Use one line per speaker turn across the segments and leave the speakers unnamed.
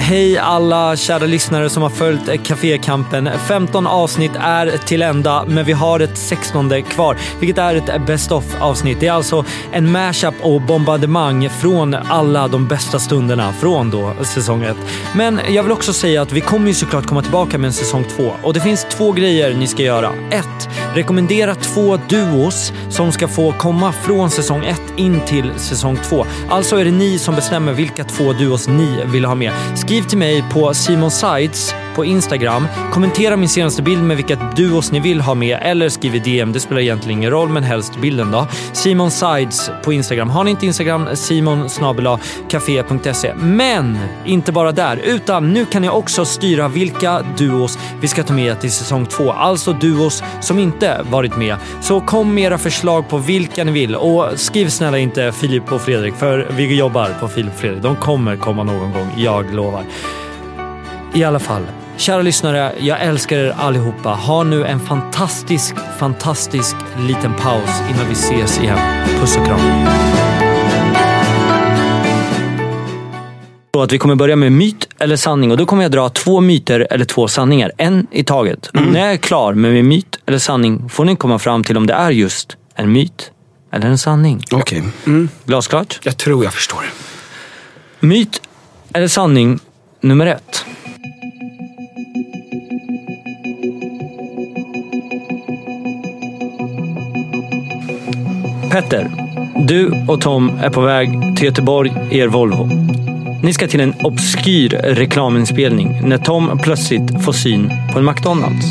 Hej alla kära lyssnare som har följt Cafékampen. 15 avsnitt är till ända, men vi har ett 16 kvar, vilket är ett best of avsnitt. Det är alltså en mashup och bombardemang från alla de bästa stunderna från då säsong 1. Men jag vill också säga att vi kommer ju såklart komma tillbaka med en säsong 2 och det finns två grejer ni ska göra. 1. Rekommendera två duos som ska få komma från säsong 1 in till säsong 2. Alltså är det ni som bestämmer vilka två duos ni vill ha med. Skriv till mig på Simon Sides på Instagram. Kommentera min senaste bild med vilka duos ni vill ha med eller skriv i DM. Det spelar egentligen ingen roll, men helst bilden då. Simon Sides på Instagram. Har ni inte Instagram? Simon café.se. Men inte bara där, utan nu kan ni också styra vilka duos vi ska ta med till säsong två. Alltså duos som inte varit med. Så kom med era förslag på vilka ni vill och skriv snälla inte Filip och Fredrik, för vi jobbar på Filip och Fredrik. De kommer komma någon gång, jag lovar. I alla fall, kära lyssnare, jag älskar er allihopa. Ha nu en fantastisk, fantastisk liten paus innan vi ses igen. Puss och kram. Så att vi kommer börja med myt eller sanning och då kommer jag dra två myter eller två sanningar. En i taget.
Mm.
När jag är klar med min myt eller sanning får ni komma fram till om det är just en myt eller en sanning.
Okej.
Glasklart?
Jag tror jag förstår.
Myt eller sanning nummer ett. Petter, du och Tom är på väg till Göteborg i er Volvo. Ni ska till en obskyr reklaminspelning när Tom plötsligt får syn på en McDonalds.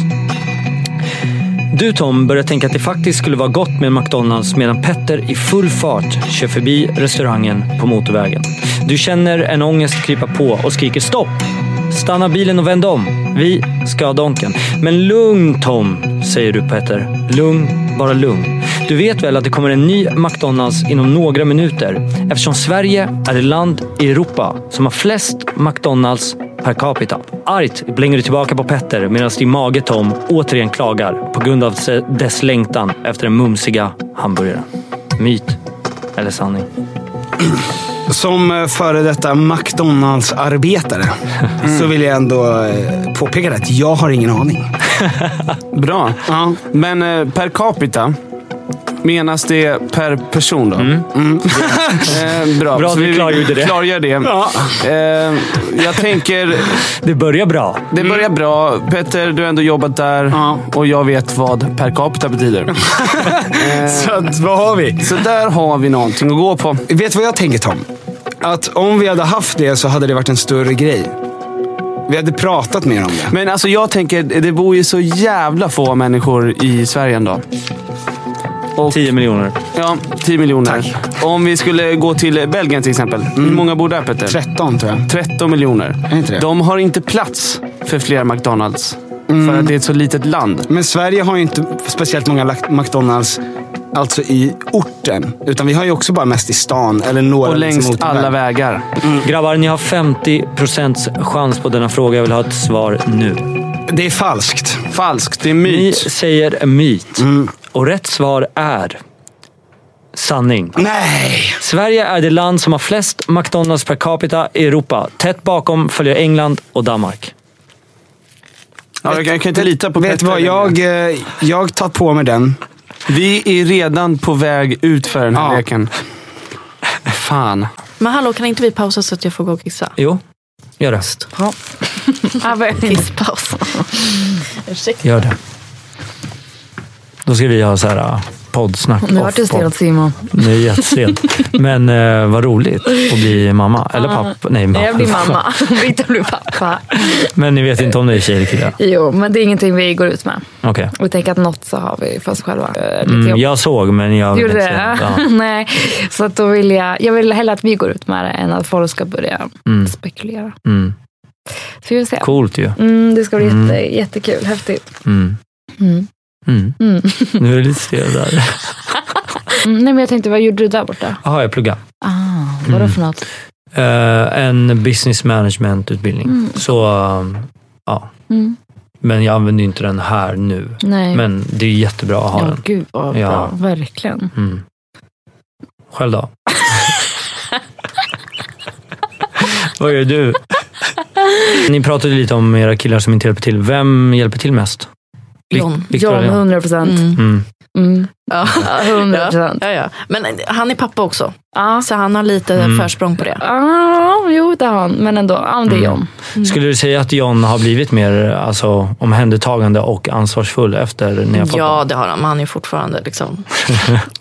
Du Tom börjar tänka att det faktiskt skulle vara gott med en McDonalds medan Petter i full fart kör förbi restaurangen på motorvägen. Du känner en ångest krypa på och skriker stopp! Stanna bilen och vänd om. Vi ska ha Donken. Men lugn Tom, säger du Petter. Lugn, bara lugn. Du vet väl att det kommer en ny McDonalds inom några minuter eftersom Sverige är det land i Europa som har flest McDonalds per capita. Argt blänger du tillbaka på Petter medan din mage Tom återigen klagar på grund av se- dess längtan efter den mumsiga hamburgaren. Myt eller sanning?
Som eh, före detta McDonalds-arbetare
Mm.
så vill jag ändå eh, påpeka det att jag har ingen aning.
Bra.
Ja.
Men eh, per capita, menas det per person då?
Mm.
Eh, bra,
Bra att vi klargjorde det.
klargör det. Eh, jag tänker,
Det börjar bra.
det börjar bra. Petter, du har ändå jobbat där
Ja.
och jag vet vad per capita betyder. Eh,
Så att, vad har vi?
Så där har vi någonting att gå på.
Vet du vad jag tänker Tom? Att om vi hade haft det så hade det varit en större grej. Vi hade pratat mer om det.
Men alltså jag tänker, det bor ju så jävla få människor i Sverige ändå. Och,
10 miljoner.
ja, 10 miljoner. Om vi skulle gå till Belgien till exempel.
Mm.
Hur många bor där Petter?
13 tror jag.
13 miljoner.
Är inte det?
De har inte plats för fler McDonalds. För att det är ett så litet land.
Mm. Men Sverige har ju inte speciellt många lak- McDonalds alltså i orten. Utan vi har ju också bara mest i stan. Eller några
Och
liksom
längs
motorväg.
alla vägar. Mm.
Grabbar, ni har 50% chans på denna fråga. Jag vill ha ett svar nu.
Det är falskt. Mm.
Falskt. Det är
Ni
myt.
säger myt. Och rätt svar är sanning.
Nej!
Sverige är det land som har flest McDonalds per capita i Europa. Tätt bakom följer England och Danmark.
Ja, jag, kan- jag kan inte lita på
Vet du vad?
längre.
Jag, eh, jag tar på mig den.
Vi är redan på väg ut för den här
Ja.
leken. Fan.
Men hallå, kan inte vi pausa så att jag får gå och kissa?
Jo, gör det.
Ja, men- Kisspaus. Ursäkta.
Gör det. Då ska vi ha så här äh, poddsnack.
Nu vart det
off-podd.
stelt Simon.
Nu är det jättestelt. Men eh, vad roligt att bli mamma. Eller pappa. Nej, mamma.
Jag blir mamma. Inte blir pappa.
Men ni vet inte om det är tjej eller kille?
Jo, men det är ingenting vi går ut med.
Okej.
Vi tänker att något så har vi för oss själva. Eh, lite
Mm,
jobb.
jag såg, men jag... vill
Gjorde
inte
det?
säga något. Ja.
Nej, så att då vill jag, jag vill hellre att vi går ut med det än att folk ska börja spekulera.
Mm.
Så vi får se.
Coolt ju.
Mm, det ska bli
Mm.
jätte, jättekul, häftigt.
Mm.
Mm.
Mm.
Mm.
Nu är det lite stel där.
Mm, nej, men jag tänkte, vad gjorde du där borta?
Jaha, jag pluggar.
Ah, vadå
Mm.
för något?
Eh, en business management-utbildning.
Mm.
Så, eh, ja.
Mm.
Men jag använder ju inte den här nu.
Nej.
Men det är jättebra att ha
ja,
den.
gud vad bra.
Ja.
Verkligen.
Mm. Själv då? Vad gör du? Ni pratade lite om era killar som inte hjälper till. Vem hjälper till mest? Vi-
John.
Victor
John,
och
100 procent.
Mm.
Mm.
Mm.
Ja.
Ja, 100 procent.
Ja, ja. Men han är pappa också,
Ja.
så han har lite
Mm.
försprång på det.
Ah, jo, det har han. Men ändå, ja, men det är
Mm.
John.
Skulle du säga att John har blivit mer alltså, omhändertagande och ansvarsfull efter ni har fått
Ja,
honom?
det har han, men han är ju fortfarande liksom...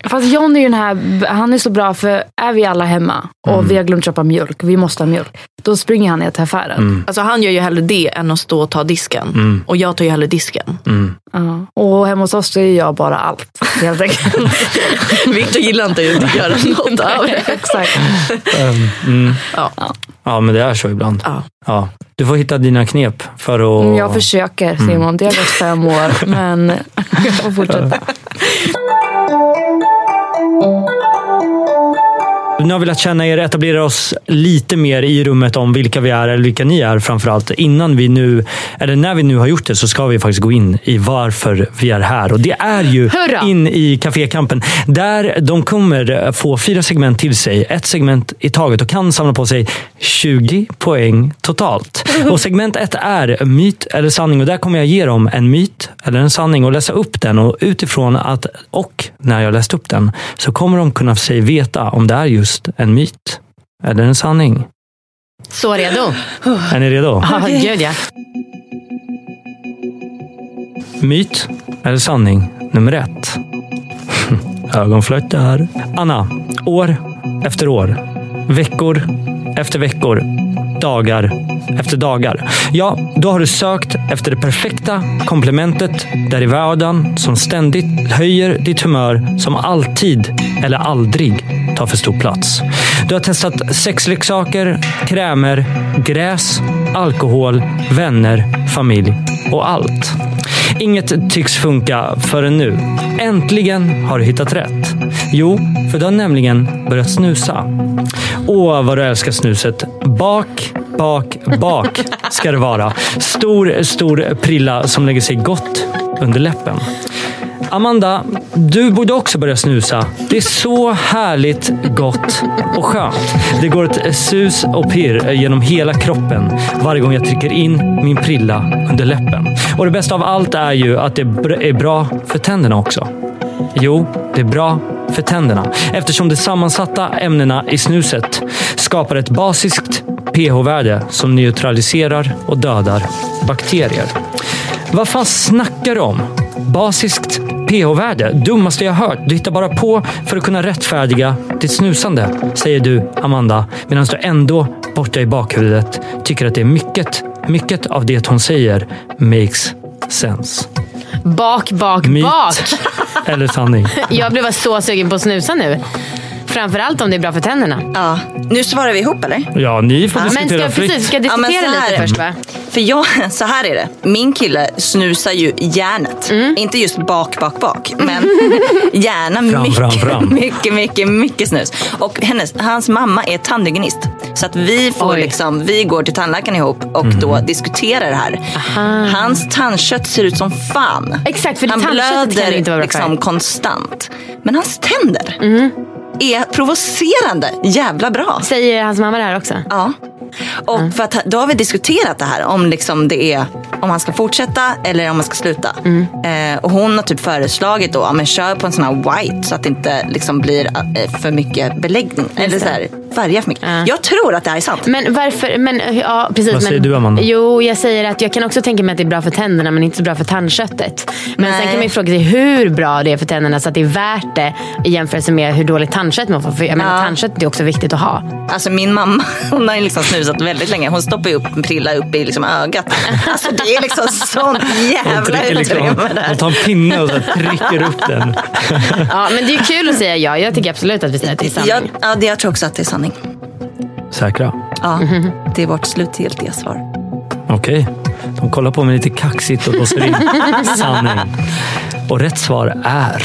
Fast John är ju den här, han är så bra för är vi alla hemma och
Mm.
vi har glömt köpa mjölk, vi måste ha mjölk. Då springer han ner till affären.
Mm,
Alltså han gör ju hellre det än att stå och ta disken.
mm,
Och jag tar ju hellre disken.
mm.
Ja. Och hemma hos oss så är jag bara allt. Helt enkelt.
Victor gillar inte att göra något av det.
Exakt.
Mm.
Ja.
ja, men det är så ibland.
Ja.
Ja. Du får hitta dina knep för
Mm,
att...
Jag försöker Simon,
Mm.
det har gått fem år. Men jag får fortsätta.
Nu har vi lärt känna er, etablera oss lite mer i rummet om vilka vi är, eller vilka ni är framförallt. Innan vi nu, eller när vi nu har gjort det, så ska vi faktiskt gå in i varför vi är här. Och det är ju
Hurra!
in i Cafékampen, där de kommer få fyra segment till sig, ett segment i taget och kan samla på sig 20 poäng totalt. Och segment ett är myt eller sanning och där kommer jag ge dem en myt eller en sanning och läsa upp den och utifrån att och när jag läst upp den så kommer de kunna sig veta om det är just en myt eller en sanning.
Så redo?
Oh.
Är ni redo?
Ah,
Ja, gud ja.
Myt eller sanning nummer ett. Ögonflöjt det här. Anna, år efter år. Veckor efter veckor. Dagar efter dagar. Ja, då har du sökt efter det perfekta komplementet där i vardagen som ständigt höjer ditt humör som alltid eller aldrig tar för stor plats. Du har testat sexleksaker, krämer, gräs, alkohol, vänner, familj och allt. Inget tycks funka förrän nu. Äntligen har du hittat rätt. Jo, för du har nämligen börjat snusa. Åh, vad du älskar snuset. Bak, bak, bak ska det vara. Stor, stor prilla som lägger sig gott under läppen. Amanda, du borde också börja snusa. Det är så härligt, gott och skönt. Det går ett sus och pirr genom hela kroppen varje gång jag trycker in min prilla under läppen. Och det bästa av allt är ju att det br- är bra för tänderna också. Jo, det är bra för tänderna eftersom de sammansatta ämnena i snuset skapar ett basiskt pH-värde som neutraliserar och dödar bakterier. Vad fan snackar du om? Basiskt pH-värde, dummaste jag hört. Du hittar bara på för att kunna rättfärdiga ditt snusande, säger du, Amanda, medan du ändå borta i bakhuvudet tycker att det är mycket, mycket av det hon säger makes sense.
Bak, bak,
Myt
bak.
eller sanning?
Jag blev så sugen på att snusa nu. Framförallt om det är bra för tänderna.
Ja. Nu svarar vi ihop eller?
Ja, ni får
Men
diskutera
ska, precis,
fritt.
ska jag
Ja, men
diskutera
så här
lite
är det.
först va?
För jag, så här är det. Min kille snusar ju järnet.
Mm.
Inte just bak, bak, bak. Men gärna
Fram,
mycket,
fram, fram.
mycket, mycket, mycket snus. Och hennes, hans mamma är tandhygienist. Så att vi, får
Oj.
liksom, vi går till tandläkaren ihop och
Mm.
då diskuterar det här. Hans tandkött ser ut som fan.
Exakt, för det
Han
tandköttet kan
blöder
ju inte vara bra Mm. för.
liksom konstant. Men hans tänder är provocerande jävla bra.
Säger hans mamma det här också?
Ja. Och för att, då har vi diskuterat det här om, liksom det är, om han ska fortsätta eller om han ska sluta.
Mm.
Eh, och hon har typ föreslagit då, ja, men kör på en sån här white så att det inte liksom blir eh, för mycket beläggning. Eller så här, färga för mycket. Jag tror att det här är sant.
Men varför? Men, ja, precis,
Vad säger
men,
du, Amanda?
Jo, jag säger att jag kan också tänka mig att det är bra för tänderna men inte så bra för tandköttet. Men
Nej.
sen kan man ju fråga sig hur bra det är för tänderna så att det är värt det i jämförelse med hur dåligt tandkött man får. För jag menar,
Ja.
tandköttet är också viktigt att ha.
Alltså min mamma, hon har ju liksom snusat väldigt länge. Hon stoppar ju upp en prilla upp i liksom ögat. Alltså det är liksom sånt
Hon
jävla
trycker liksom,
utrymme
hon
där.
tar en pinne och så här trycker upp den.
Ja, men det är ju kul att säga ja. Jag tycker absolut att vi säger att det är sanning.
Jag, ja, det- jag tror också att det är sanning.
Säkra?
Ja, Det är vårt slutgiltiga svar.
Okej. De kollar på mig lite kaxigt och låser in sanning. Och rätt svar är...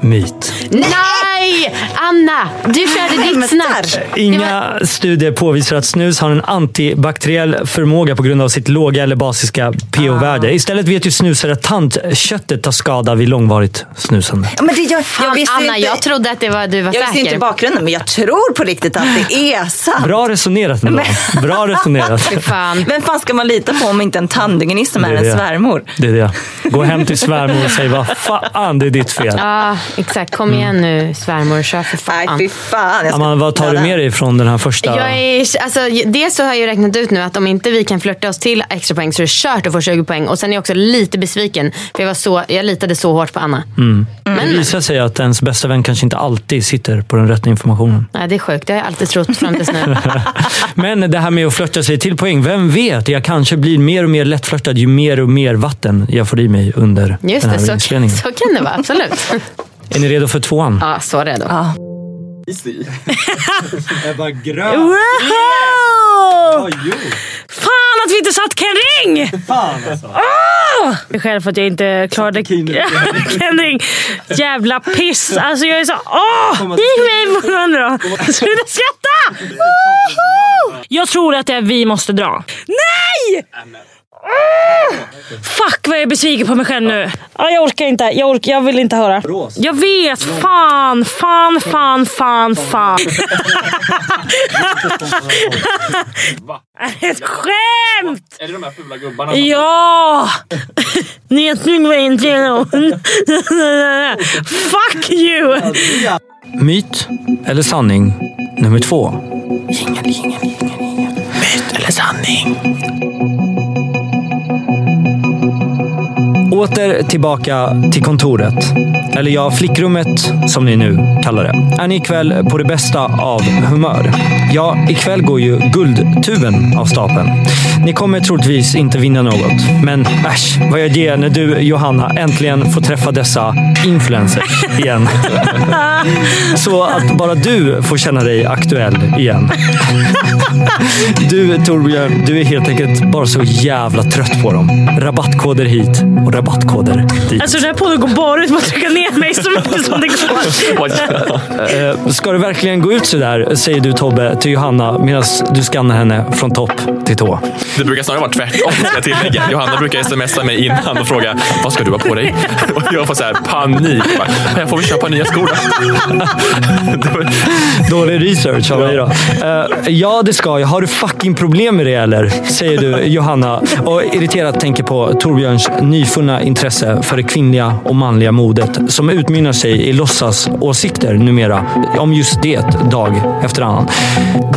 Myt.
Nej! Nej! Anna, du körde ditt snack.
Inga studier påvisar att snus har en antibakteriell förmåga på grund av sitt låga eller basiska pH-värde. Istället vet ju snusare att tandköttet tar skada vid långvarigt snusande.
Ja, men det, jag, jag
Fan,
visste
Anna,
inte,
jag trodde att det var, du var
jag visste
säker.
inte bakgrunden, men jag tror på riktigt att det är sant.
Bra resonerat ändå. Bra resonerat.
Fy fan.
Vem fan ska man lita på om inte en tandhygienist som är,
Det
en
det.
svärmor?
Det är det. Gå hem till svärmor och säg vad fan, det är ditt fel.
Ja, exakt. Kom igen nu svärmor, kör för
Nej,
fan.
fy fan. Jag ska
Amanda, vad tar du
döda.
med dig från den här första?
Jag är, alltså, dels så har jag ju räknat ut nu att om inte vi kan flirta oss till extra poäng så är det kört att få 20 poäng. Och sen är jag också lite besviken för jag, var så, jag litade så hårt på Anna.
Mm. Det visar sig att ens bästa vän kanske inte alltid sitter på den rätta informationen.
Nej, det är sjukt, det har jag alltid trott fram tills nu.
Men det här med att flörta sig till poäng. Vem vet, jag kanske blir mer och mer lättflörtad ju mer och mer vatten jag får i mig under
Just
den här
det, så,
inspelningen.
så kan det vara. Absolut.
Är ni redo för tvåan?
Ja, så redo.
Ebba Grön.
Fan att vi inte satt Ken Ring! Ah!
Fan alltså.
Jag själv för att jag inte klarade Ken Ring. Jävla piss. Alltså jag är så... Åh! Gick mig på munnen då. Sluta skratta! Woho! Jag tror att det är vi måste dra. Nej! Åh! Fuck vad jag är besviken på mig själv nu. Ja, jag orkar inte. Jag, orkar, jag vill inte höra. Jag vet. Fan, fan, fan, fan, fan. Ett skämt!
Är det de här fula gubbarna?
Ja! Njutning var inte genom. Fuck you!
Myt eller sanning nummer två. Jingel, jingel, jingel, jingel. Myt eller sanning? Åter tillbaka till kontoret. Eller ja, flickrummet som ni nu kallar det. Är ni ikväll på det bästa av humör? Ja, ikväll går ju guldtuben av stapeln. Ni kommer troligtvis inte vinna något. Men äsch, vad gör det när du, Johanna, äntligen får träffa dessa influencers igen? Så att bara du får känna dig aktuell igen. Du Torbjörn, du är helt enkelt bara så jävla trött på dem. Rabattkoder hit och rabattkoder dit.
Alltså den här podden går bara ut på att trycka ner mig så mycket som det går.
Eh, Ska du verkligen gå ut sådär, säger du Tobbe till Johanna medan du skannar henne från topp till tå.
Det brukar snarare vara tvärtom ska jag tillägga. Johanna brukar smsa mig innan och fråga vad ska du ha på dig? Och jag får så här panik. Bara, Jag får väl köpa nya skor då. Det var-
Dålig research av mig då. Eh, ja, det ska jag. Har du fucking problem med det eller? Säger du Johanna och irriterat tänker på Torbjörns nyfunna intresse för det kvinnliga och manliga modet som utmynnar sig i låtsas åsikter numera om just det dag efter annan.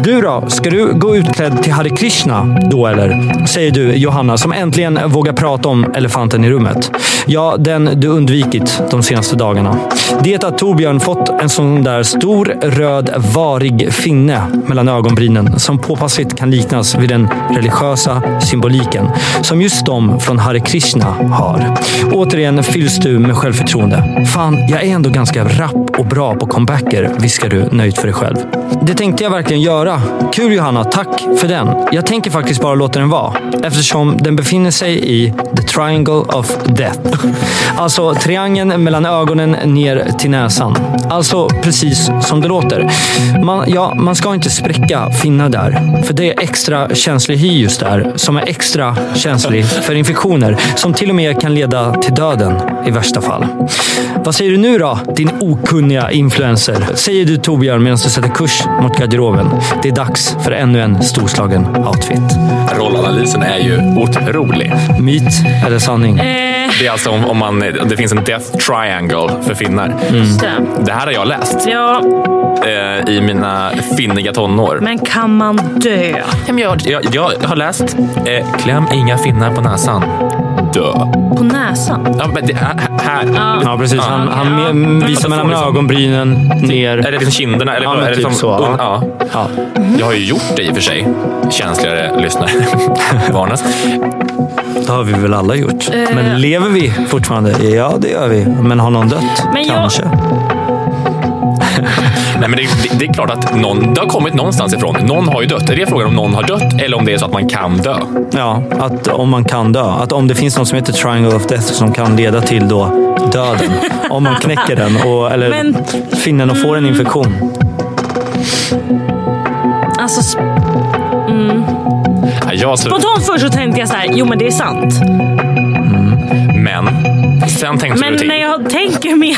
Du då? Ska du gå utklädd till Hare Krishna då eller? Säger du Johanna som äntligen vågar prata om elefanten i rummet. Ja, den du undvikit de senaste dagarna. Det att Torbjörn fått en sån där stor, röd, varig finne mellan ögonbrynen som påpassligt kan liknas vid den religiösa symboliken som just de från Hare Krishna har. Återigen fylls du med självförtroende. Fan, jag är ändå ganska rapp och bra på comebacker, viskar du nöjt för dig själv. Det tänkte jag verkligen göra. Kul Johanna, tack för den. Jag tänker faktiskt bara låta den vara eftersom den befinner sig i the triangle of death. Alltså triangeln mellan ögonen ner till näsan. Alltså precis som det låter. Man, ja, man ska inte spräcka finnar där. För det är extra känslig hy just där som är extra känslig för infektioner som till och med kan leda till döden i värsta fall. Vad säger du nu då, din okunniga influencer? Säger du Torbjörn medan du sätter kurs mot garderoben. Det är dags för ännu en storslagen outfit.
Rollanalysen är ju otrolig.
Myt eller sanning?
Eh.
Det är alltså om, om man, det finns en death triangle för finnar.
Mm.
Det här har jag läst
Ja,
eh, i mina finniga tonår.
men kan man dö?
Jag, jag har läst eh, kläm inga finnar på näsan. Dö.
På näsan?
Ja, men det, här, här.
Ja, precis. Han, han
Ja.
me- visar mellan
Liksom-
ögonbrynen
Är
ner.
det liksom kinderna? Eller,
Ja,
vad-
men
är det
typ
som,
så, ja.
un- ja.
Ja.
Jag har ju gjort det i och för sig. Känsligare lyssnare varnas.
Det har vi väl alla gjort. Men lever vi fortfarande? Ja, det gör vi. Men har någon dött?
Men jag-
Kanske.
Nej, men det, det, det är klart att någon, det har kommit någonstans ifrån. Någon har ju dött. Är det frågan om någon har dött eller om det är så att man kan dö?
Ja, att om man kan dö. Att om det finns något som heter triangle of death som kan leda till då döden. Om man knäcker den och, eller
Men-
finner den och får en infektion.
Alltså, sp-
Ja, jag tror,
spontant först så tänkte jag så här, jo men det är sant.
men sen tänkte
Men
du
när
till.
jag tänker mer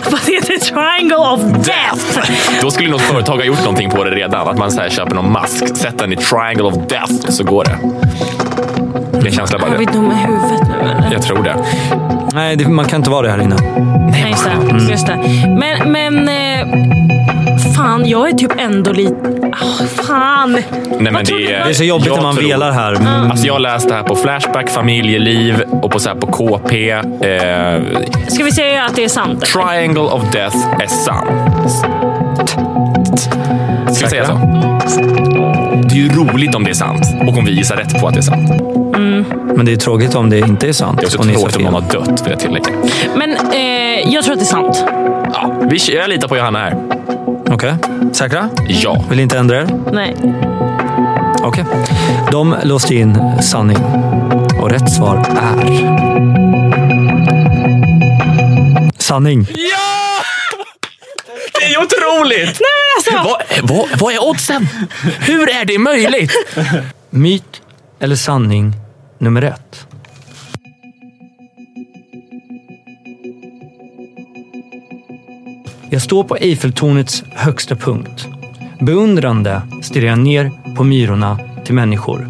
på att det heter triangle of death.
Då skulle något företag ha gjort någonting på det redan. Att man så här köper någon mask, sätter den i triangle of death så går det. Det är en känsla bara.
Är vi dumma i huvudet nu eller?
Jag tror det.
Nej, det, man kan inte vara det här inne.
Nej, just det. Just det. Men, men... Eh, fan, jag är typ ändå lite... ah fan!
Nej, men
Vad tror
det,
du?
Det är så jobbigt
jag
när man
tror-
velar här. Mm.
Alltså jag har läst det här på Flashback, Familjeliv och på, så här på KP. Eh,
Ska vi säga att det är sant?
Triangle of Death är sant. Ska vi säga så? Det är ju roligt om det är sant och om vi gissar rätt på att det är sant.
Mm.
Men det är tråkigt om det inte är sant.
Det är också
och ni
tråkigt
sa
om
fel.
någon har dött, vill jag tillägga.
Men eh, jag tror att det är sant.
Ja, vi, kör- jag litar på Johanna här.
Okej. Säkra?
Ja.
Vill inte ändra er?
Nej.
Okej. De låste in sanning. Och rätt svar är... Sanning.
Ja! Det är ju otroligt! Nej, alltså. vad, vad, vad är oddsen? Hur är det möjligt?
Myt eller sanning nummer ett? Jag står på Eiffeltornets högsta punkt. Beundrande stirrar jag ner på myrorna till människor.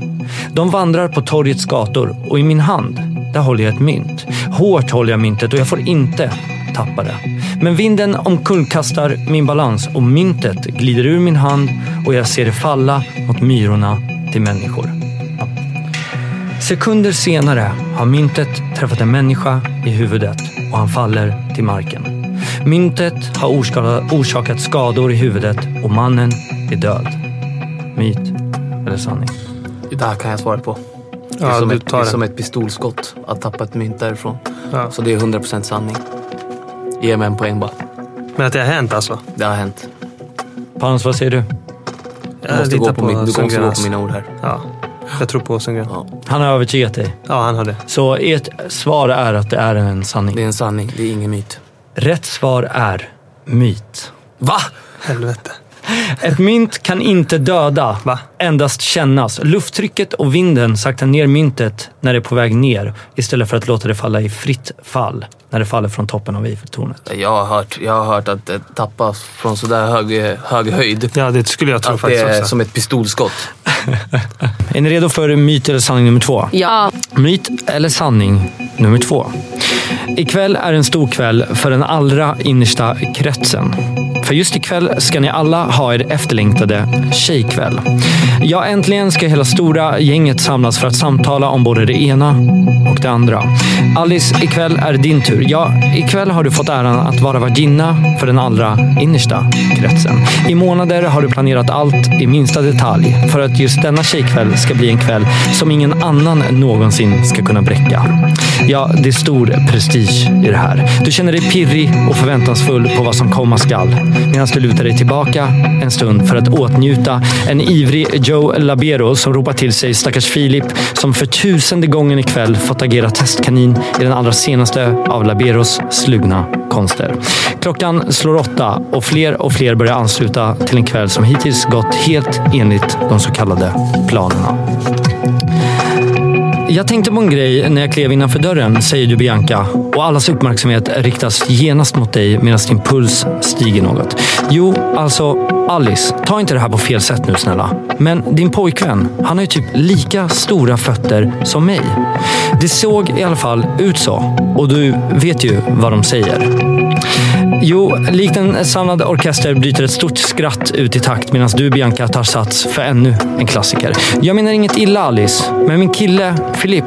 De vandrar på torgets gator och i min hand, där håller jag ett mynt. Hårt håller jag myntet och jag får inte tappa det. Men vinden omkullkastar min balans och myntet glider ur min hand och jag ser det falla mot myrorna till människor. Sekunder senare har myntet träffat en människa i huvudet och han faller till marken. Myntet har orska- orsakat skador i huvudet och mannen är död. Myt eller sanning?
Det här kan jag svara på. Det är,
Ja,
som,
du
ett, det
tar
är
det.
som ett pistolskott att tappa ett mynt därifrån.
Ja.
Så det är 100% sanning. Ge mig en poäng bara.
Men att det har hänt alltså.
Det har hänt.
Pans, vad säger du?
Du måste, gå, på mitt, du måste gå på
Sundgrens.
mina ord här.
Ja, jag tror på Sundgren.
Han har övertygat dig.
Ja, han har det.
Så ert svar är att det är en
Det
sanning.
är en sanning, det är ingen myt.
Rätt svar är myt.
Va?
Helvete.
Ett mynt kan inte döda,
Va?
endast kännas. Lufttrycket och vinden saktar ner myntet när det är på väg ner istället för att låta det falla i fritt fall när det faller från toppen av Eiffeltornet.
Jag har hört, jag har hört att eh, tappa från sådär hög, eh, hög höjd,
Ja, det skulle jag tro
att det
faktiskt
är
också.
som ett pistolskott.
Är ni redo för myt eller sanning nummer två?
Ja.
Myt eller sanning nummer två. Ikväll är en stor kväll för den allra innersta kretsen. För just ikväll ska ni alla ha er efterlängtade tjejkväll. Ja, äntligen ska hela stora gänget samlas för att samtala om både det ena och det andra. Alice, ikväll är det din tur. Ja, ikväll har du fått äran att vara värdinna för den allra innersta kretsen. I månader har du planerat allt i minsta detalj för att just denna tjejkväll ska bli en kväll som ingen annan någonsin ska kunna bräcka. Ja, det är stor prestige i det här. Du känner dig pirrig och förväntansfull på vad som komma skall medan du lutar dig tillbaka en stund för att åtnjuta en ivrig Joe Labero som ropar till sig stackars Filip som för tusende gången ikväll fått agera testkanin i den allra senaste av Laberos slugna konster. Klockan slår åtta och fler och fler börjar ansluta till en kväll som hittills gått helt enligt de så kallade planerna. Jag tänkte på en grej när jag klev innanför dörren, säger du Bianca. Och allas uppmärksamhet riktas genast mot dig medan din puls stiger något. Jo, alltså Alice, ta inte det här på fel sätt nu snälla. Men din pojkvän, han har ju typ lika stora fötter som mig. Det såg i alla fall ut så. Och du vet ju vad de säger. Jo, likt en samlad orkester bryter ett stort skratt ut i takt medan du Bianca tar sats för ännu en klassiker. Jag menar inget illa Alice, men min kille Filip,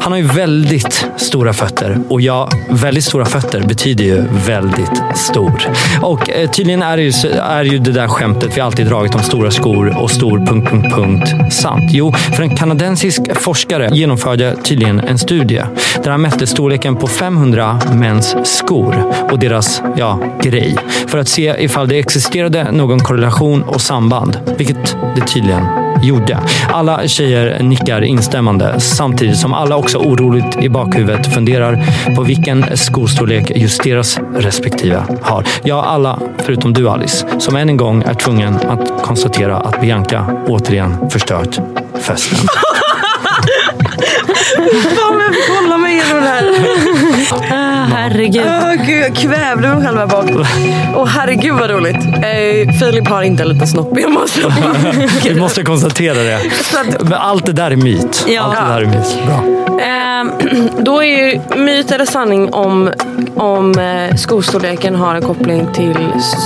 han har ju väldigt stora fötter. Och ja, väldigt stora fötter betyder ju väldigt stor. Och eh, tydligen är det, ju, så- är ju det där skämtet vi alltid dragit om stora skor och stor punkt, punkt, punkt sant. Jo, för en kanadensisk forskare genomförde tydligen en studie där han mätte storleken på 500 mäns skor och deras ja, bra grej för att se ifall det existerade någon korrelation och samband, vilket det tydligen gjorde. Alla tjejer nickar instämmande samtidigt som alla också oroligt i bakhuvudet funderar på vilken skostorlek just deras respektive har. Ja, alla förutom du Alice, som än en gång är tvungen att konstatera att Bianca återigen förstört festen.
Fan, vem kollar mig genom det här?
Ah, herregud.
Åh gud, jag kvävde mig själv här bak. Åh herregud vad roligt. Eh, Filip har inte en liten snopp. Jag måste...
Vi måste konstatera det. Men Allt det där är myt.
Ja.
Allt det där är myt. Bra.
Ehm, då är ju myt eller sanning om, om eh, skostorleken har en koppling till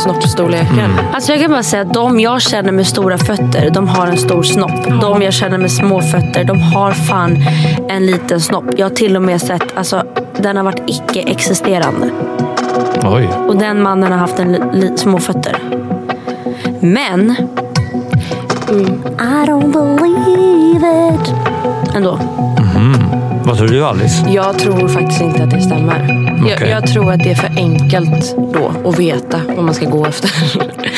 snoppstorleken.
Alltså jag kan bara säga att de jag känner med stora fötter, de har en stor snopp. De jag känner med små fötter, de har fan en liten snopp. Jag har till och med sett, alltså den har varit icke-existerande.
Oj.
Och den mannen har haft en li- li- små fötter. Men...
Mm.
I don't believe it. Ändå.
Vad tror du Alice?
Jag tror faktiskt inte att det stämmer. Jag,
Okej.
jag tror att det är för enkelt då att veta vad man ska gå efter.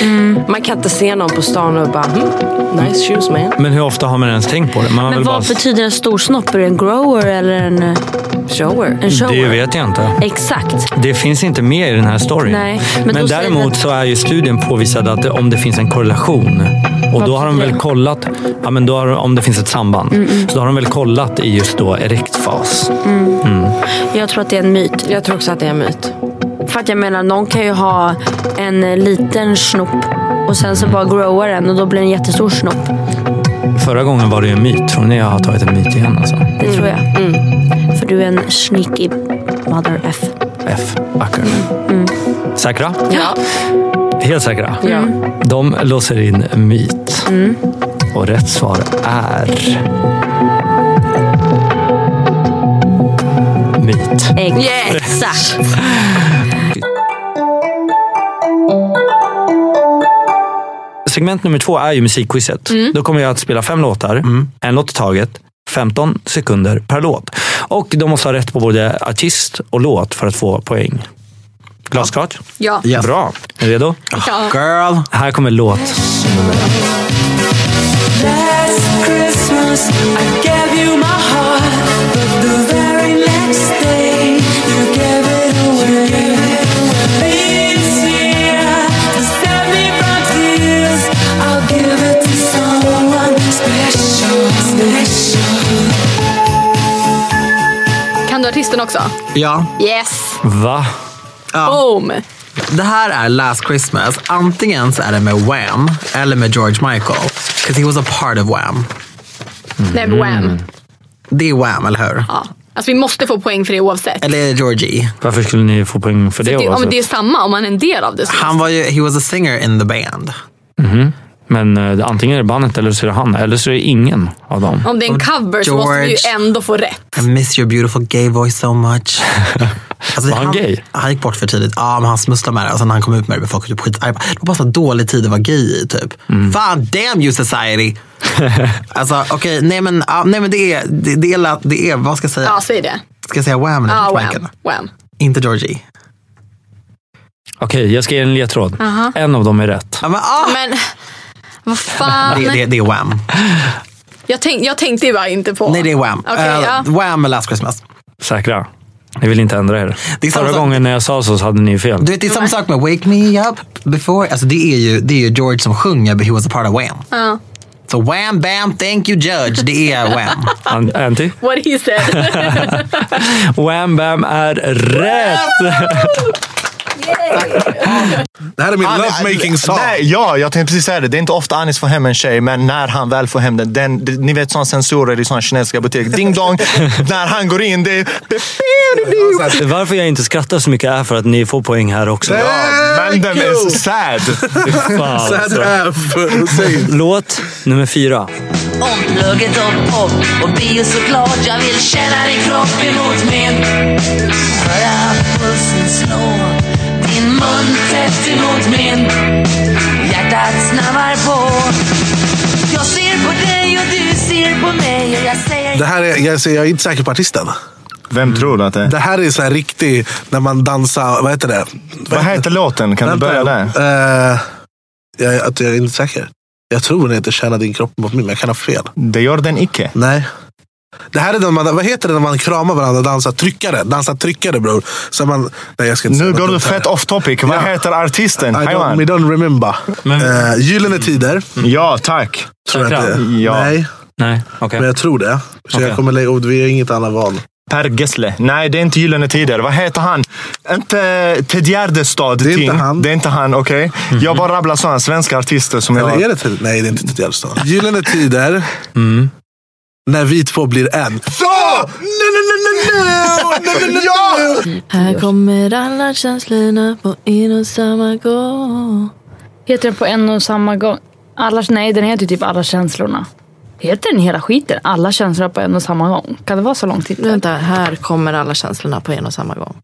Mm.
Man kan inte se någon på stan och bara "Hmm, nice shoes man.
Men hur ofta har man ens tänkt på det? Man har
Men
väl
vad betyder en stor snopp? Är det en grower eller en... eh,
Shower.
En
bara...
shower?
Det vet jag inte.
Exakt.
Det finns inte med i den här storyn.
Nej,
men
men då säger
däremot så är ju studien påvisad att om det finns en korrelation och då har de väl kollat ja, men då har, de- om det finns ett samband.
Mm-mm.
Så då har de väl kollat i just då erektfas.
Mm.
Mm.
Jag tror att det är en myt.
Jag tror också att det är en myt.
För att jag menar, någon kan ju ha en eh, liten snopp och sen så bara growar den och då blir det en jättestor snopp.
Förra gången var det ju en myt. Tror ni jag har tagit en myt igen? Alltså?
Det tror jag.
Mm.
För du är en sneaky mother F.
F. Acker.
Mm.
Säkra?
Ja.
Helt säkra?
Ja.
Mm.
De låser in myt. Och rätt svar är... Myt.
Exakt.
Segment nummer två är ju musikquizet.
Mm.
Då kommer jag att spela fem låtar, en låt i taget, 15 sekunder per låt. Och de måste ha rätt på både artist och låt för att få poäng. Glasklart?
Ja. Ah,
Bra. Är du redo?
Ja.
Girl. Här kommer låt.
Last Christmas I gave you my heart, but the very next day you gave it away. This year, to save me from tears, I'll give it to someone special, special.
Kan du artisten också?
Ja.
Yes!
Va?
Boom!
Det här är Last Christmas. Antingen så är det med Wham eller med George Michael. Because he was a part of Wham.
Det är
Mm.
Wham.
Det är Wham, eller hur?
Alltså vi måste få poäng för det oavsett.
Eller är det Georgie?
Varför skulle ni få poäng för
Det, det,
alltså-
om det är samma, om man är en del av det. så-
Han var ju, he was a singer in the band.
Mhm. Men eh, antingen är det bandet eller så är det han. Eller så är det ingen av dem.
Om det är en cover så måste vi ju
George.
ändå få rätt.
I miss your beautiful gay voice so much. Alltså,
Var han gay?
Han gick bort för tidigt. Ja, men han smusslade med det. Och sen när han kom ut med det blev folk typ skitarga. Det var bara så dålig tid att vara gay i typ.
Mm.
Fan, damn you society! alltså okej, nej men, ja, nej men det är, det, det, är, la- det är, vad ska jag säga?
Ja, säg det.
Ska jag säga Wham eller
Ja,
George
wham.
Michael?
wham.
Inte Georgie.
Okej, jag ska ge er en ledtråd.
Aha.
En av dem är rätt.
men,
men vad fan.
är Wham.
Jag, tänk, jag tänkte ju bara inte på.
Nej, det är Wham.
Okej,
Eh,
ja.
Wham med Last Christmas.
Säkra? Ni vill inte ändra er?
är samma
Förra
sak.
gången när jag sa så, så hade ni fel.
Du vet, det är samma sak med Wake Me Up Before. Alltså, det, är ju, det är ju George som sjunger, but he was a part of Wham.
Ja.
Så Wham, Bam, Thank You Judge, det är Wham.
An- Anty?
What he said.
Wham Bam är rätt!
Det här är min lovemaking song. Nej, ja, jag tänkte precis säga det. Det är inte ofta Anis får hem en tjej, men när han väl får hem den. den det- ni vet sådana sensorer i sådana kinesiska butiker. Ding dong. när han går in, det är...
Varför jag inte skrattar så mycket är för att ni får poäng här också.
Ja, Mandem is sad.
Fan, alltså.
F.
Låt nummer fyra.
Omplugget och pop och bio såklart Jag vill känna din kropp emot min
Höra pulsen slå Din mun tätt emot min Hjärtat snabbar på Jag ser på dig och du ser på mig och jag säger
Det här är, jag, säger- jag är inte säker på artisten.
Vem tror du att det är?
Det här är så här riktig, när man dansar, vad heter det?
Vad heter låten? Kan du börja där?
Uh, jag, jag, jag är inte säker. Jag tror den heter Tjäna din kropp mot min, men jag kan ha fel.
Det gör den icke.
Nej. Det här är den man, vad heter det när man kramar varandra och dansar tryckare? Dansa tryckare bror. Så man, nej, jag ska inte
Nu går
säga något
du
dumt här.
fett off topic. Vad
Ja.
heter artisten?
I don't,
Haywan.
we don't remember. Eh, Gyllene Tider.
Mm. Ja, tack.
Tror jag att det är.
Ja.
Nej,
Nej, okej.
men jag tror det. Så
Okej.
jag kommer lägga upp, vi har inget annat val.
Per Gessle. Nej, det är inte Gyllene Tider. Vad heter han? Inte Ted Gärdestad. Det är inte han. Mhm. Det är inte han, okej. Jag bara rabblar sådana svenska artister som jag...
Eller är det till, Nej, det är inte till Gärdestad. Gyllene Tider.
Mm.
När vi två blir en.
Så! Nej, nej, nej, nej, nej, nej, nej, nej.
Här kommer alla känslorna på en och samma gång. Heter den på en och samma gång? Alla, nej, den heter ju typ Alla känslorna. Heter den hela skiten Alla känslorna på en och samma gång? Kan det vara så lång titel?
Vänta, här kommer alla känslorna på en och samma gång.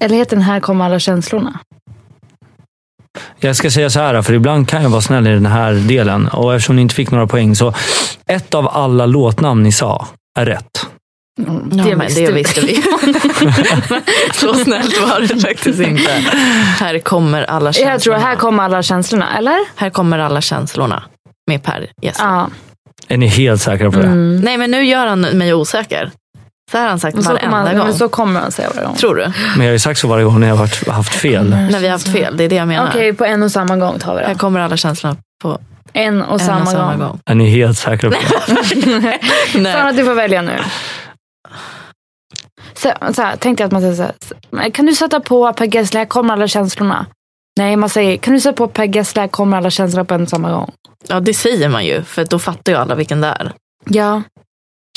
Eller heter den Här kommer alla känslorna?
Jag ska säga så här, för ibland kan jag vara snäll i den här delen. Och eftersom ni inte fick några poäng så, ett av alla låtnamn ni sa är rätt.
Ja,
det
men
visste
det
vi.
visste vi. Så snällt var det faktiskt inte. Här kommer alla känslorna.
Jag tror Här kommer alla känslorna, eller?
Här kommer alla känslorna med Per Gessle.
Är ni helt säkra på det?
Mm.
Nej, men nu gör han mig osäker. Så här har han sagt
Mm. Men så kommer
varenda
han-
gång.
men så kommer han säga varje gång.
Tror du?
Men jag har ju sagt så varje gång när jag har varit- haft fel.
Mm.
När vi har haft fel, det är det jag menar.
Okej, på en och samma gång tar vi det. Här
kommer alla känslorna på
en och samma, gång.
Är ni helt säkra på det?
Nej. Sanna, du får välja nu. Så, så här, tänkte jag att man säger så här. "Men Kan du sätta på Per Gessle, här kommer alla känslorna. Nej, man säger kan du sätta på Per Gessle, här kommer alla känslorna på en och samma gång.
Ja, det säger man ju, för då fattar ju alla vilken det är.
Ja.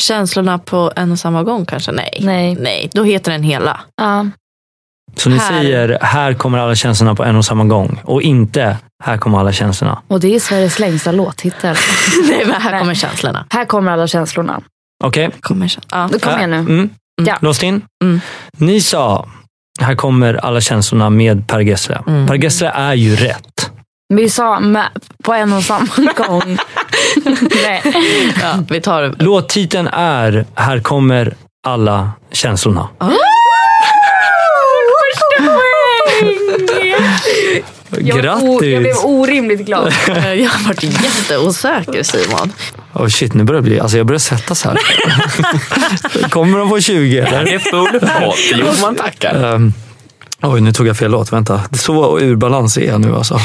Känslorna på en och samma gång kanske? Nej.
Nej.
Nej, då heter den hela.
Ja.
Så ni
Här.
säger, här kommer alla känslorna på en och samma gång. Och inte, här kommer alla känslorna.
Och det är Sveriges längsta låttitel.
Nej, men här kommer känslorna.
Här kommer alla känslorna.
Okej?
Kommer ja. Mm.
Då kom igen nu.
Mm.
Ja.
Låst in? Ni sa, här kommer alla känslorna med Per Gessle.
Mm.
Per Gessle är ju rätt.
Vi sa med, på en och samma gång. Nej.
Ja, vi tar...
Låttiteln är, här kommer alla känslorna.
Ah!
Första poäng!
Grattis!
Jag, jag blev orimligt glad.
jag har varit jätteosäker Simon.
Åh shit, nu börjar det bli, alltså jag börjar svettas här. Kommer de på 20 eller?
Det är full pott. Jo, man tackar.
Ehm, oj, nu tog jag fel låt. Vänta. Så ur balans är jag nu alltså.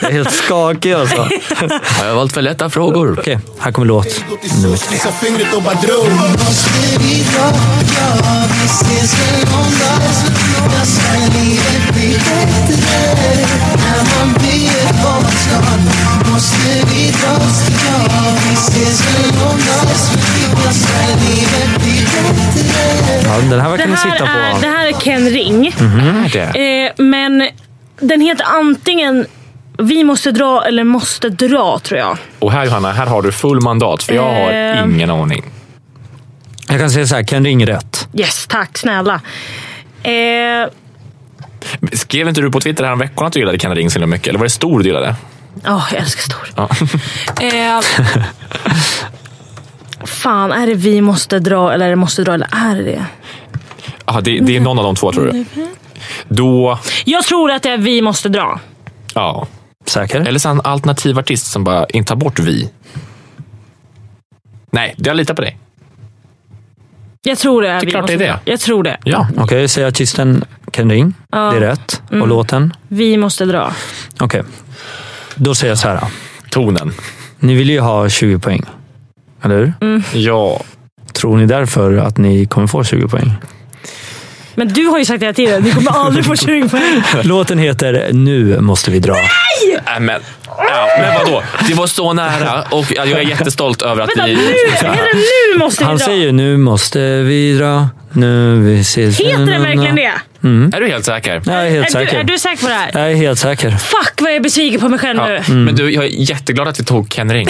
Jag är helt skakig alltså. Har jag valt för lätta frågor? Okej, här kommer låt nummer tre.
Visa fingret och bara drog. Vi ses en lång dag. Där ska livet bli bättre. När man blir bortglömd måste vi dras. Ja, vi ses en lång dag. Där ska livet bli bättre.
Ja, den här verkar
Det
ni
här,
sitta
är,
på. Mm-hmm,
det här är Ken Ring. Eh, men den heter antingen Vi måste dra eller Måste dra tror jag.
Och här Johanna, här har du full mandat för jag har
Eh.
ingen aning.
Jag kan säga så här, Ken Ring rätt.
Yes, tack snälla. Eh,
Skrev inte du på Twitter här om veckan att du gillade Ken Ring så himla mycket? Eller var det stor du gillade?
åh, jag älskar stor.
Ja.
Eh, fan, är det Vi måste dra eller är det Måste dra eller är det det?
Aha, det, det är någon av de två tror du? Då...
Jag tror att det är Vi måste dra.
Ja.
Säker?
Eller så en alternativ artist som bara inte tar bort vi. Nej, jag litar på dig.
Jag tror det är
Det är
Vi
klart det
måste
är
dra. Jag tror det.
Ja. Okej, säg artisten Ken Ring.
Ja.
Det är rätt. Och
Mm.
låten?
Vi måste dra.
Okej. Då säger jag så här.
Tonen.
Ni vill ju ha 20 poäng. Eller hur?
Mm.
Ja.
Tror ni därför att ni kommer få 20 poäng?
Men du har ju sagt det hela tiden. Du kommer aldrig få 20 poäng.
Låten heter Nu måste vi dra.
Nej, Äh, men, ja, men vadå? Det var så nära och jag är jättestolt över att
Vänta,
vi...
nu, heter det nu måste vi
Han
dra?
säger ju nu måste vi dra, nu vi ses.
Heter det verkligen det?
Mm.
Är du helt säker?
Jag är helt
är,
säker.
Du, är du säker på det här?
Jag är helt säker.
Fuck vad jag är besviken på mig själv
Ja,
nu.
Mm.
Men du, jag är jätteglad att vi tog Ken Ring.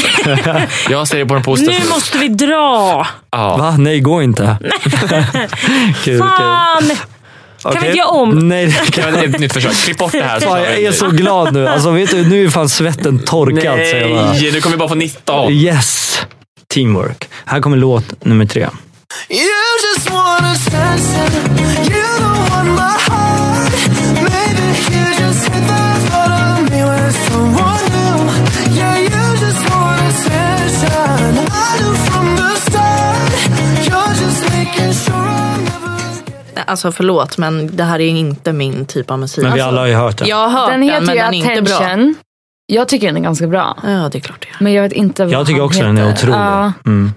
jag ser det på den positiva
Nu måste vi dra.
Ja.
Va? Nej, gå inte. kul,
Fan! Kan vi
Okej.
inte göra om?
Nej, det
Kan vi- ett nytt försök. Klipp bort det här så
Fan,
kör
jag
vi.
är så glad nu. Alltså, vet du, nu är fan svetten torkad. säger jag bara.
Nej, nu kommer vi bara få 19.
Yes! Teamwork. Här kommer låt nummer tre.
You just want honest answer. You're the one my heart made it here just hit the thought of me with someone new. Yeah, you just want attention. I knew from the start. You're just making sure I'm
Alltså förlåt men det här är inte min typ av musik.
Men vi alla har ju hört
den.
den.
Jag har hört
Den
den,
heter
men
ju
den är inte bra.
Attention. Jag tycker den är ganska bra.
Ja, det är klart
Men jag vet inte vad
Jag tycker
han
också den är
heter.
otrolig.
Ja.
Mm.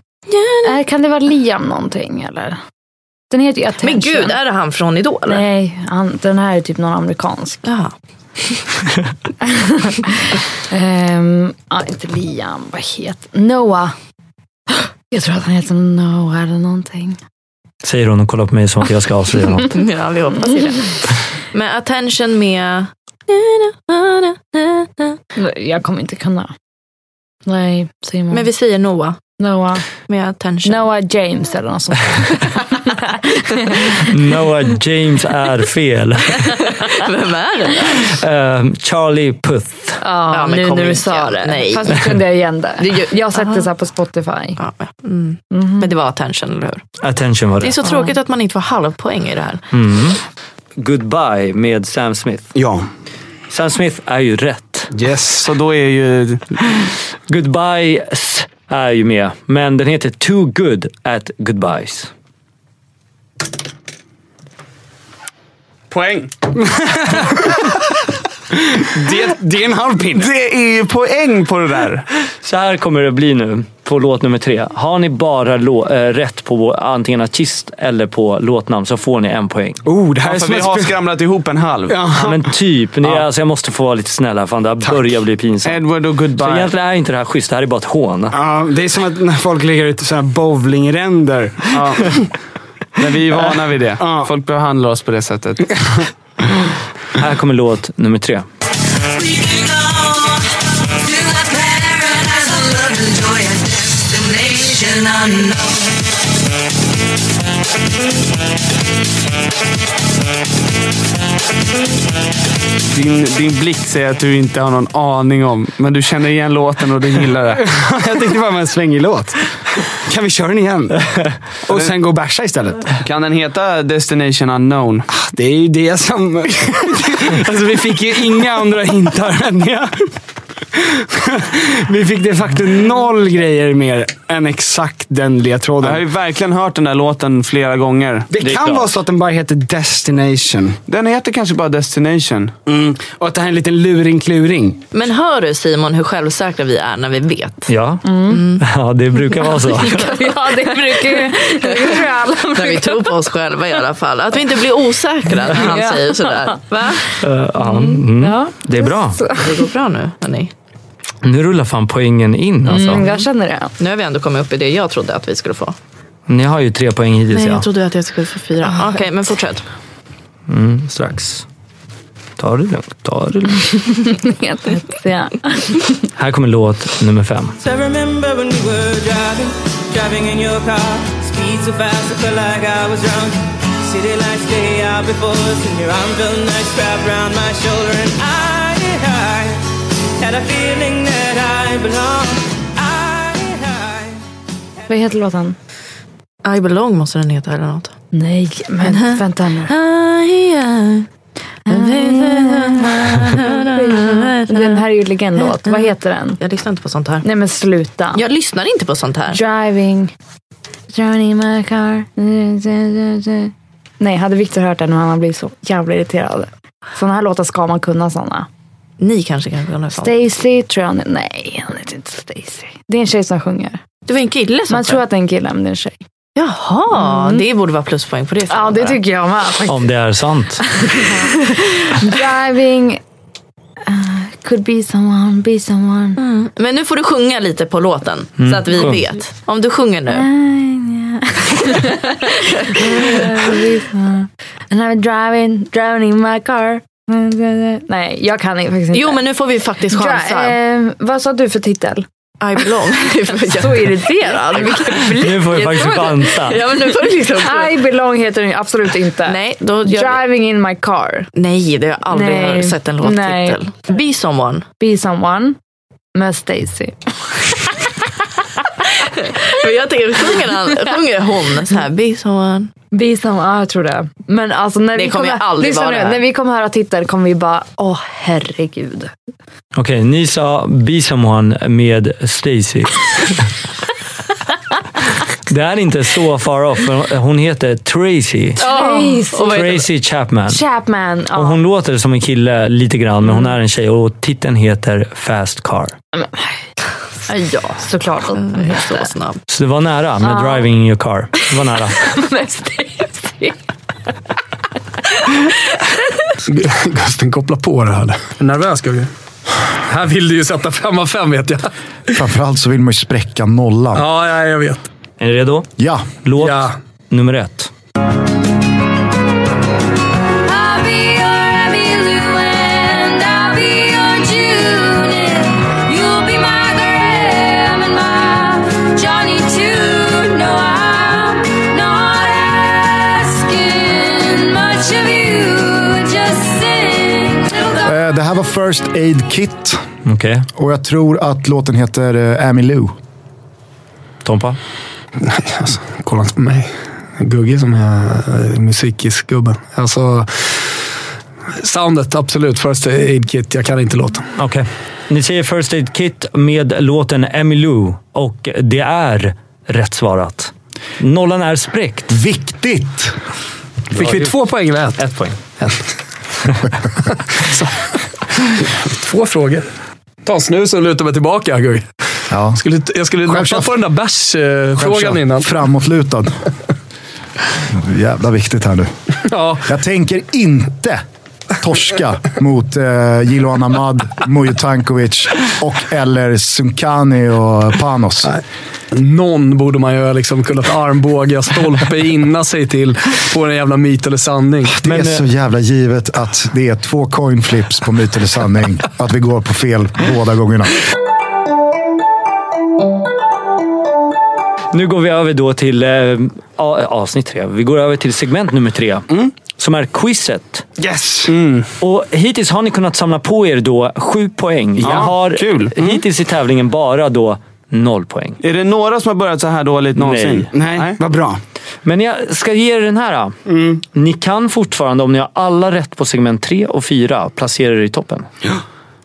Eh, Kan det vara Liam någonting eller? Den heter ju Attention.
Men gud, är det han från Idol?
Nej, han, den här är typ någon amerikansk.
Jaha.
um, ah, inte Liam, vad heter Noah. Jag tror att han heter Noah eller någonting.
Säger hon och kollar på mig som att jag ska avslöja något.
ja, vi hoppas ju det. Men Attention med...
Jag kommer inte kunna. Nej, Simon.
Men vi säger Noah.
Noah.
Med Attention.
Noah James eller något sånt.
Noah James är fel.
Vem är det?
Ehm, Charlie Puth.
Ja,
Ja, men
nu
kom
när du
igen.
sa det.
Nej.
Fast nu kunde jag igen det.
Det gör-
Jag har sett
Aha.
det så här på Spotify. Mhm.
Mm. Men det var Attention, eller hur?
Attention var det.
Det är så tråkigt att man inte får halvpoäng i det här.
Mm. Goodbye med Sam Smith. Ja. Sam Smith är ju rätt. Yes, så då är ju... Goodbyes är ju med, men den heter Too Good at Goodbyes.
Poäng.
Det, är en halv pinne.
Det är ju poäng på det där. Så här kommer det bli nu på låt nummer tre. Har ni bara lå- eh, rätt på vår- antingen artist eller på låtnamn så får ni en poäng.
det här är som vi har skramlat ihop en halv.
Ja, men typ. Ni, alltså, jag måste få vara lite snäll här, fan det här börjar bli pinsamt.
Edward och goodbye.
Så egentligen är inte det här schysst, det här är bara ett hån.
Ja, det är som att när folk lägger ut så här bowlingränder.
Ja. Men vi är vana vid det. Folk behandlar oss på det sättet.
Här kommer låt nummer tre.
Paradise, I love and joy, a destination unknown.
Din, din blick säger att du inte har någon aning om, men du känner igen låten och du gillar det.
Jag tänkte bara med en svängig låt. Kan vi köra den igen? Och sen gå och basha istället. Ah,
Kan den heta Destination Unknown?
Det är ju det som... alltså vi fick ju inga andra hintar än det. vi fick de facto noll grejer mer än exakt den ledtråden.
Jag har ju verkligen hört den där låten flera gånger.
Det, kan vara så att den bara heter Destination.
Den heter kanske bara Destination.
Mm. Och att det här är en liten luring-kluring.
Men hör du Simon hur självsäkra vi är när vi vet?
Ja. Mm. ja, det brukar vara så.
ja, det brukar ju... Det tror jag alla
När vi tror på oss själva i alla fall. Att vi inte blir osäkra när han
Ja.
säger sådär. Va?
Eh, ja, mm. Det är bra.
Det går bra nu, hörni.
Nu rullar fan poängen in alltså.
Mm, jag känner det.
Nu har vi ändå kommit upp i det jag trodde att vi skulle få.
Ni har ju tre poäng hittills
Nej,
ja.
jag trodde att jag skulle få fyra.
Ah.
Okej, men fortsätt.
Mm, strax. Ta det lugnt, ta det lugnt.
Jag vet inte, ja.
Här kommer låt nummer fem.
So I remember when we were driving, driving in your car. Speed so fast, I felt like I was drunk. City lights lay out before us, and your arm felt nice wrapped around my shoulder. And I, I had a feeling that I belonged.
Vad heter låten?
I belong måste den heta eller något.
Nej, men vänta nu. Den här är ju legendlåt. Vad heter den?
Jag lyssnar inte på sånt här.
Nej men sluta.
Jag lyssnar inte på sånt här.
Driving. Driving my car. Nej, hade Victor hört den hade han blivit så jävla irriterad. Såna här låtar ska man kunna såna.
Ni kanske kan kunna sånt.
Stacy tror jag Nej, hon heter inte Stacy. Det är en tjej som sjunger.
Det var en kille som
Man tror att det är en kille, men det är en tjej.
Jaha, det borde vara pluspoäng på Mm. det.
Ja, det tycker jag med. faktiskt.
Om det är sant.
Driving. eh, could be someone, be someone.
Mm. Men nu får du sjunga lite på låten
Mm,
så att vi
sjung.
vet. Om du sjunger nu.
Uh, And I'm driving, driving in my car. Nej, jag kan faktiskt inte.
Jo, men nu får vi faktiskt chansa.
Dra- eh, vad sa du för titel?
I belong.
Så irriterad. Vilken blick.
Nu får vi faktiskt banta.
Ja, men nu får du liksom-
I belong heter den ju absolut inte.
Nej, då gör
Driving in my car.
Nej, det har jag aldrig
Nej.
sett en
Nej.
låttitel. Be someone.
Be someone med Stacy.
Men jag tänker, sjunger, han, sjunger hon så här? Be someone.
Be someone, ja jag tror det. Men alltså när
Det
vi
kommer
kommer,
aldrig
lyssna
vara
nu,
det här.
När vi kommer höra titeln kommer vi bara, åh herregud.
Okej, ni sa Be Someone med Stacy. Det är inte så far off. för Hon heter Tracy.
Tracy.
Oh
Och vad heter-
Tracy Chapman.
Chapman. Ja.
Och hon låter som en kille lite grann, men hon är en tjej och titeln heter Fast Car.
Ja, såklart att den heter. Så snabb.
Så det var nära med
Ah.
Driving Your Car. Det var nära.
Gusten, koppla på det här. Nervös, Gugge? Här vill du ju sätta fem av fem, vet jag.
Framförallt så vill man ju spräcka nollan.
Ja, ja jag vet.
Är ni redo?
Ja.
Låt nummer ett.
I'll be your Emmylou and I'll be your Judith. You'll be my Graham and my Johnny too. No, I'm not asking much of you. Just sing till the
Eh, Det här var First Aid Kit.
Okej.
Och jag tror att låten heter eh, Amy Lou.
Tompa?
Alltså, kolla inte på mig. Gugge som är eh, musikisgubben. Alltså, soundet, absolut. First Aid Kit. Jag kan inte låten.
Okej. Ni säger First Aid Kit med låten Emmy Lou och det är rätt svarat. Nollan är spräckt.
Viktigt!
Fick vi två poäng eller ett?
Ett poäng.
Två frågor. Ta en snus och luta mig tillbaka, Gugge.
Ja.
Skulle, jag skulle nappa på den där bärsfrågan innan.
Framåtlutad. Jävla viktigt här nu.
Ja.
Jag tänker inte torska mot eh, Jiloan Ahmad, Mujo Tankovic och eller Sunkani och Panos.
Någon borde man ju ha liksom kunnat armbåga, stolpe inna sig till på en jävla myt eller sanning. eh,
Det är så jävla givet att det är två coin flips på myt eller sanning. Att vi går på fel båda gångerna.
Nu går vi över då till eh, a- avsnitt tre. Vi går över till segment nummer tre.
Mm.
Som är quizet. Mm.
Yes!
Och hittills har ni kunnat samla på er då sju poäng. Jag
Ja, Mm.
har hittills i tävlingen bara då noll poäng.
Är det några som har börjat så här dåligt någonsin?
Nej.
vad bra.
Men jag ska ge er den här. då.
Mm.
Ni kan fortfarande, om ni har alla rätt på segment 3 och 4, placera er i toppen.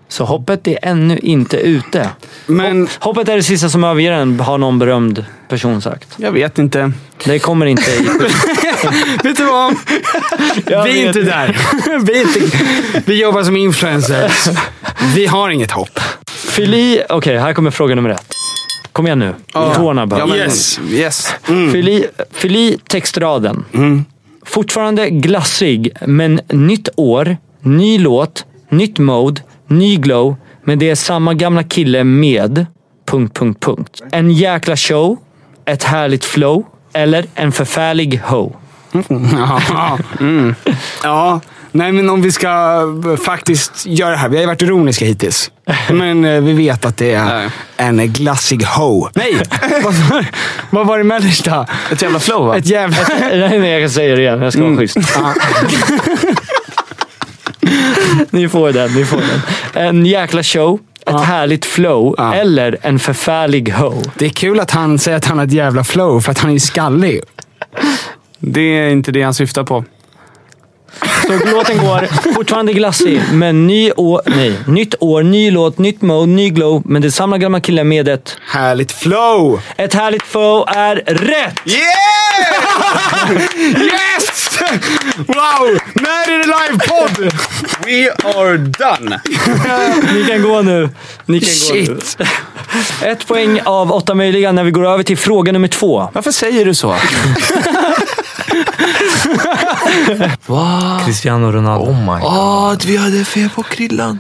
Så hoppet är ännu inte ute. Men... Hoppet är det sista som överger en, har någon berömd person sagt.
Jag vet inte.
Det kommer inte i...
Vet du vad?
vet
vi är inte
inte.
där. vi, är inte, vi jobbar som influencers. Vi har inget hopp.
Fyll i... Okej, här kommer fråga nummer ett. Kom igen nu.
Ja.
Tårna bara.
Ja, men- Mm. Yes. yes.
Fyll, i, fyll i textraden.
Mm.
Fortfarande glassig, men nytt år, ny låt, nytt mode, ny glow. Men det är samma gamla kille med... Punkt, punkt, punkt. En jäkla show, ett härligt flow eller en förfärlig ho.
Mm. Ja. ja, nej men om vi ska eh, faktiskt göra det här. Vi har ju varit ironiska hittills. Men eh, vi vet att det är en glassig ho. Nej! vad, var- vad var det mellersta?
Ett jävla flow va?
Ett jävla... Mm.
Nej, men jag kan säga det igen. Jag ska vara schysst. ni får den, ni får den. En jäkla show, ett härligt flow eller en förfärlig ho.
Det är kul att han säger att han har ett jävla flow, för att han är ju skallig.
Det är inte det han syftar på.
Så låten går fortfarande glassig, men ny år, nej, nytt år, ny låt, nytt mode, ny glow. Men det samlar gamla killar med ett...
Härligt flow!
Ett härligt flow är rätt!
Yeah! yes! Wow! När är det livepodd?
We are done!
Ni kan gå nu. Ni kan gå
Shit.
nu. Ett poäng av åtta möjliga när vi går över till fråga nummer två.
Varför säger du så?
Wow.
Cristiano Ronaldo.
Oh my god.
Ah, vi hade fel på krillan.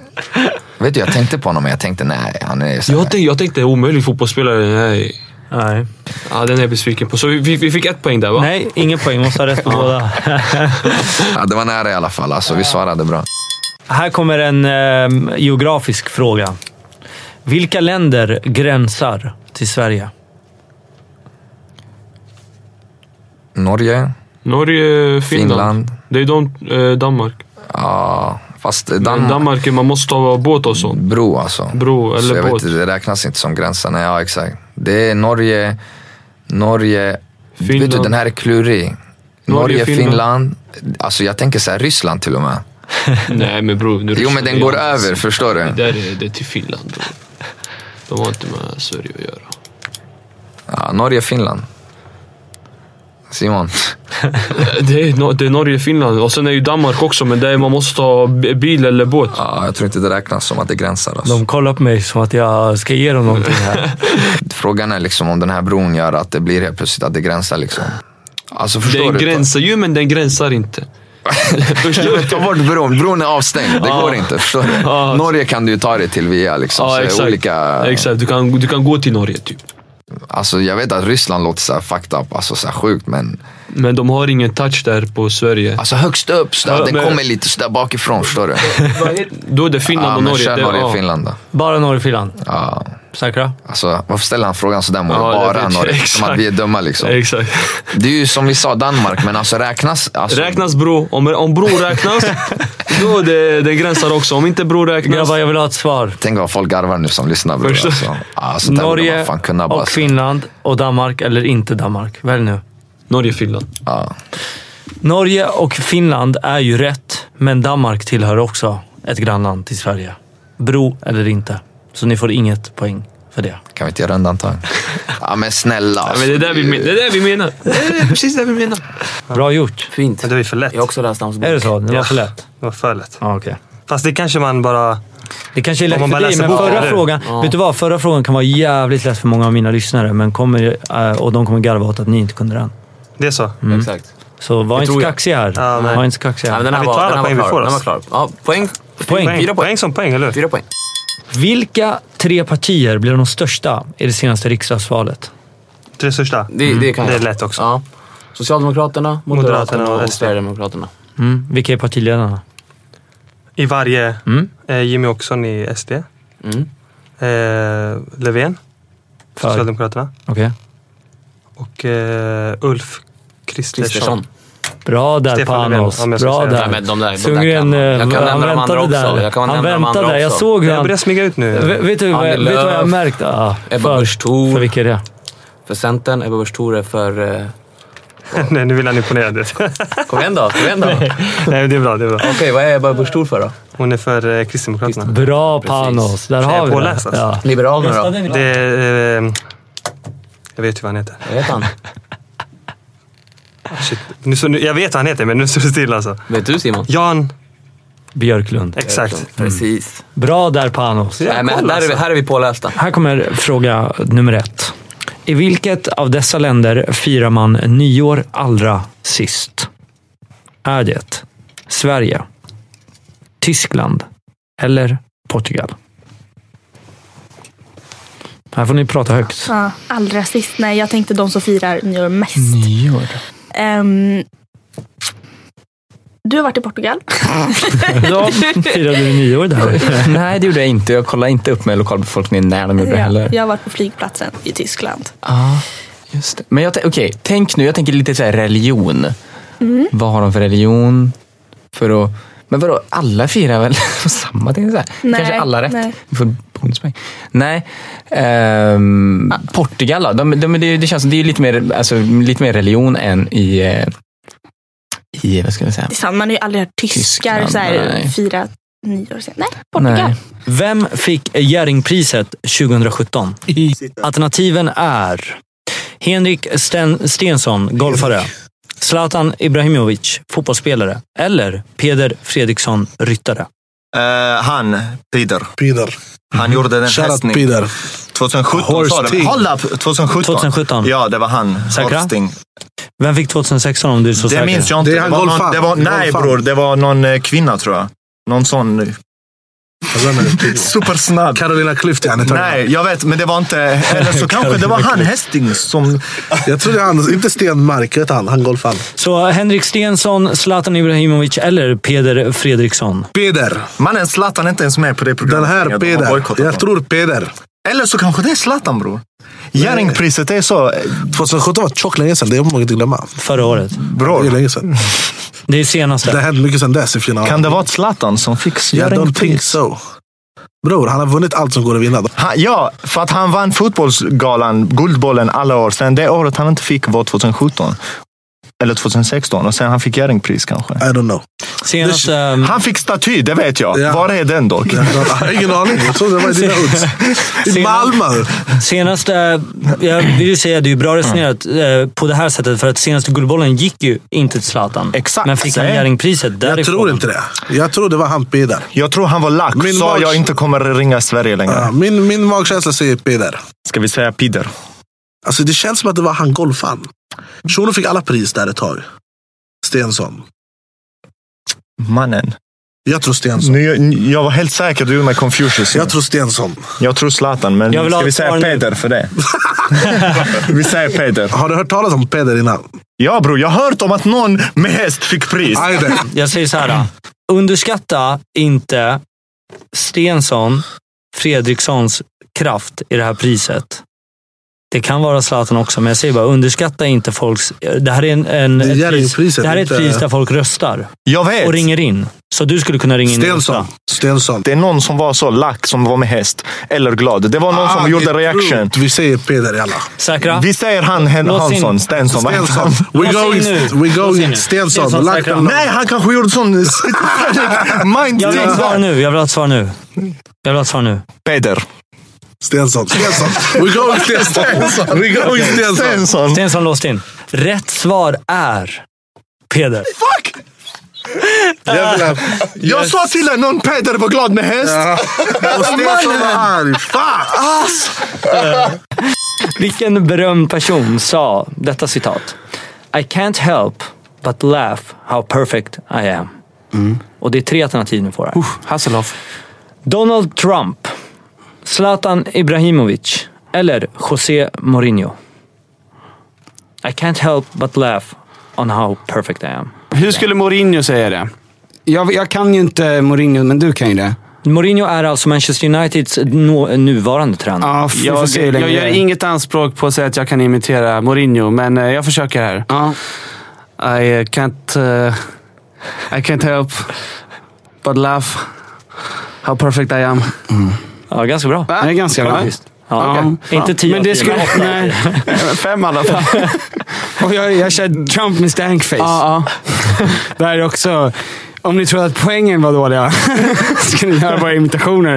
Vet du, jag tänkte på honom men jag tänkte nej, han är så
Jag tänkte, jag tänkte omöjlig fotbollsspelare. Nej.
Nej.
Ja, den är jag besviken på. Så vi- vi, vi fick ett poäng där va?
Nej, ingen poäng. Måste ha rätt på båda.
Ja, det var nära i alla fall. Alltså, vi svarade bra.
Här kommer en eh, geografisk fråga. Vilka länder gränsar till Sverige?
Norge.
Norge, Finland.
Finland.
Det är de, eh, Danmark.
Ja, fast
Danmark.
Danmark.
Danmark, man måste ha båt och sånt.
Bro alltså.
Bro
så
eller
jag
båt.
vet, inte, det räknas inte som gränsen. Ja, exakt.
Det är Norge, Norge... Vet du, den här är klurig. Norge,
Norge,
Finland.
Finland.
Alltså jag tänker så här, Ryssland till och med.
Nej men bror. nu-
Jo, men den går över, förstår du?
Det där är, det är till Finland bror. De har inte med Sverige att göra.
Ja, Norge, Finland. Simon.
Det är, Nor- det är Norge, Finland och sen är ju Danmark också men där man måste ha b- bil eller båt.
Ja, jag tror inte det räknas som att det gränsar. Alltså.
De kollar på mig som att jag ska ge dem någonting här.
Frågan är liksom om den här bron gör att det blir helt plötsligt att det gränsar liksom. Alltså förstår
Den
du?
gränsar ju men den gränsar inte.
Ja, men ta bort bron. Bron är avstängd. Det
Ah.
går inte. Förstår du? Norge kan du ju ta dig till via. Liksom.
Ja,
Så det är
Ah, exakt.
Olika...
exakt. Du kan, du kan gå till Norge typ.
Alltså, jag vet att Ryssland låter så här fucked up, alltså så här sjukt, men...
Men de har ingen touch där på Sverige.
Alltså högst upp, så där, den kommer lite sådär bakifrån. Förstår du?
Då är det Finland
ja,
och
men
Norge.
Kör
Det-
Norge
ja.
och Finland då.
Bara Norge och Finland?
Ja.
Säkra?
Alltså, varför ställer han frågan sådär mot
Ja, jag
bara
vet.
Norge? Som att vi är dumma liksom.
Exakt.
Det är ju som vi sa, Danmark, men alltså räknas... Alltså,
Räknas bro. Om, om bro räknas, då det, det gränsar också. Om inte bro räknas.
Grabbar, jag vill ha ett svar.
Tänk vad folk garvar nu som lyssnar. Bror,
Förstår-
alltså. Alltså, där borde man
Norge
fan kunna bara...
och Finland och Danmark eller inte Danmark. Välj nu.
Norge, Finland.
Ja.
Norge och Finland är ju rätt, men Danmark tillhör också ett grannland till Sverige. Bro eller inte. Så ni får inget poäng för det.
Kan vi inte göra undantag? ja, men snälla. alltså.
Ja, men det är där vi, men- det är där vi menar. Det är precis det vi menar.
Bra gjort.
Fint. Men det var ju för lätt. Jag har också läst hans bok.
Är det så? Det var för lätt?
Det var för lätt.
Ah, okay.
Fast det kanske man bara...
Det kanske är
Om
lätt
man
för
bara
dig,
läser
men
boken,
förra
eller hur?
frågan,
Ja.
vet du vad? Förra frågan kan vara jävligt lätt för många av mina lyssnare, men kommer, eh, och de kommer garva åt att ni inte kunde den.
Det är så?
Mm. Så var
Det
inte
tror jag.
kaxig här.
Ja, nej.
var inte kaxig här.
Ja, men den här Vi var- tar alla den här poäng var vi klar. får, Den var alltså.
Ja, poäng.
Poäng.
Fyra poäng. som poäng, eller
Fyra poäng.
Vilka tre partier blev de största i det senaste riksdagsvalet?
Tre största?
Det, det, kan
Det är
jag.
Mm. lätt också.
Ja. Socialdemokraterna,
Moderaterna
Moderaterna
och
och,
SD.
Sverigedemokraterna.
Mm. Vilka är partiledarna?
I varje...
Mm.
Eh, Jimmy Åkesson i SD. Eh, Löfven.
För?
Socialdemokraterna.
Okej.
Och eh, Ulf Kristersson.
Kristersson.
Bra där
Stefan
Panos.
Löfven, om jag ska
Bra
säga det.
där.
Nej, men de där- de där
Sundgren,
kan man. Jag kan nämna
eh, han
de andra
väntade
också.
där.
Jag kan
han
nämna de andra
väntade. Jag
också.
såg hur
Jag
han...
börjar smyga ut nu.
Ve- Vet du vad jag,
Annie
vet du vad jag har
Lööf,
märkt? Ah,
Ebba Busch Thor.
För vilka är det?
För Centern, Ebba Busch Thor är för... Eh,
Nej, nu vill han imponera. du vet.
kom igen då, kom igen då.
Nej, men det är bra. Det är bra. Okej,
vad är Ebba Busch Thor för då?
Hon är för eh, Kristdemokraterna.
Bra Panos. Där
Jag är
har vi
påläst,
det.
alltså.
Liberalerna då?
Det är... Eh, jag vet ju vad han heter.
Vad heter han?
Shit. Nu, så, nu, jag vet vad han heter, men nu står det still alltså.
Vet du Simon?
Jan...
Björklund.
Exakt.
Precis.
Bra där Panos.
Nej, men där, är
alltså.
vi, här är vi pålästa.
Här kommer fråga nummer ett. I vilket av dessa länder firar man nyår allra sist? Är det Sverige, Tyskland eller Portugal? Här får ni prata högt.
Ja, allra sist. Nej, jag tänkte de som firar nyår mest.
Mm. Nyår?
Ehm, du har varit i Portugal.
Ja, firade du nyår där?
Nej, det gjorde jag inte. Jag kollade inte upp med lokalbefolkningen när de gjorde det
ja,
heller.
jag har varit på flygplatsen i Tyskland.
Ja, just det. Men jag, tän- okej, tänk nu. Jag tänker lite så här religion.
Mm.
Vad har de för religion? För att, men vadå, alla firar väl samma? Ting, så här.
Nej,
Kanske alla rätt.
nej.
Vi får bonuspoäng. Nej. ehm, Portugal då? De, de, det, det känns som det är lite mer, alltså, lite mer religion än i, eh, i vad ska jag säga?
Det är sant, man har ju aldrig hört tyskar
Tyskland,
så här,
nej.
fira nyår. sen. Nej, Portugal.
Vem fick Jerringpriset 2017? Alternativen är Henrik Sten Stensson, golfare. Zlatan Ibrahimovic, fotbollsspelare. Eller Peder Fredriksson, ryttare.
Eh, han, Peter.
Peter.
Han gjorde den
Shout out
hästning.
Peter.
2017 sa de.
Horsting.
Håll upp, 2017.
2017.
Ja, det var han.
Säkra?
Horsting.
Vem fick 2016 om du är så säker?
Det minns jag inte. Det var någon, det var, nej bror, det var någon eh, kvinna tror jag. Någon sån... eh, Supersnabb.
Carolina Klüft ja.
Nej, jag vet, men det var inte... Eller så kanske det var han Hästing som...
jag trodde han, inte Stenmark, vet han, han golfaren.
Så Henrik Stensson, Zlatan Ibrahimovic eller Peder Fredriksson?
Peder.
Mannen, Zlatan är inte ens med på det programmet.
Den här
De har
Peder.
bojkottat
Jag
honom.
tror Peder.
Eller så kanske det är Zlatan bror. Jerringpriset är så...
2017 var tjockt länge sedan, det får man inte glömma.
Förra året.
Bror.
Det är länge sedan.
Det är senaste.
Det har hänt mycket sedan dess i Fina.
Kan det vara Zlatan som fick
Yeah, I don't
Jerringpriset?
think so. Bror, han har vunnit allt som går att vinna.
Han, ja, för att han vann fotbollsgalan, Guldbollen, alla år. Sen det året han inte fick var 2017. Eller 2016 och sen han fick Jerringpris kanske. I
don't know.
Senast,
Han fick staty, det vet jag. Var är den dock?
Jag har ingen aning. Jag trodde det var i dina hoods. I Malmö.
Senast, eh, jag vill ju säga att det är ju bra resonerat
Mm.
eh, på det här sättet för att senaste Guldbollen gick ju inte till Zlatan. Exakt. Men fick han
Nej.
Jerringpriset därifrån.
Jag tror inte det. Jag tror det var Hampi där.
Jag tror han var lack.
Min
Sa
mag-
jag inte kommer ringa Sverige längre.
Ja, min, min magkänsla säger Pider.
Ska vi säga Pider?
Alltså det känns som att det var han golfan. Shuno fick alla pris där ett tag. Stensson.
Mannen.
Jag tror Stensson.
Nu, jag- jag var helt säker du gjorde mig confucius. Jag
tror Stensson.
Jag tror Zlatan, men
Jag vill ha
ska vi
ett
säga
svar nu.
Peder för det? vi säger Peder.
Har du hört talas om Peder innan?
Ja bror, jag har hört om att någon med häst fick pris.
Jag säger så här. Underskatta inte Stensson Fredrikssons kraft i det här priset. Det kan vara Zlatan också, men jag säger bara underskatta inte folks... eh, Det här är, en, en,
Det är
ett, pris,
Jerringpriset,
det här är ett
inte-
pris där folk röstar.
Jag vet.
Och ringer in. Så du skulle kunna ringa in och rösta.
Stensson.
Det är någon som var så lack som var med häst. Eller glad. Det var
Ah,
någon som gjorde reaction.
Vi säger Peder i alla.
Säkra?
Vi säger han, Hen
Lås in.
Hansson, Stensson. vad heter
Stensson.
han?
We going, we going Stensson. Lagt honom.
Nej, han kanske gjorde sån... Mind
Jag vill ha ett svar nu. Jag vill ha ett svar nu. Jag vill ha ett svar nu.
Peder.
Stensson. Stensson. We going Stensson. We going Stensson.
Stensson. låst in. Rätt svar är Peder.
Fuck! Jag sa till dig någon Peder var glad med häst.
Och Stensson var arg.
Vilken berömd person sa detta citat? I can't help but laugh how perfect I am.
Mm.
Och det är tre alternativ ni får här. Hasselhoff. Donald Trump, Zlatan Ibrahimovic eller José Mourinho. I can't help but laugh on how perfect I am.
Hur skulle Mourinho säga det? Jag, jag kan ju inte Mourinho, men du kan ju det.
Mourinho är alltså Manchester Uniteds nå- nuvarande tränare.
Ja, vi får
Jag-
se hur
jag
länge
gör
det är.
ing-
Inget anspråk på att säga att jag kan imitera Mourinho, men eh, jag försöker här. I eh, can't... eh, I can't help but laugh how perfect I am.
Ja, ganska bra.
Det är ganska bra.
Faktiskt. Ja, okej. Inte tio
Men
av
det
tio,
skulle...
men åtta.
Nej. Fem i alla fall. Och jag, jag kör Trump med stank Ja, ja. Det här är också... Om ni trodde att poängen var dåliga ska ni göra bara imitationer.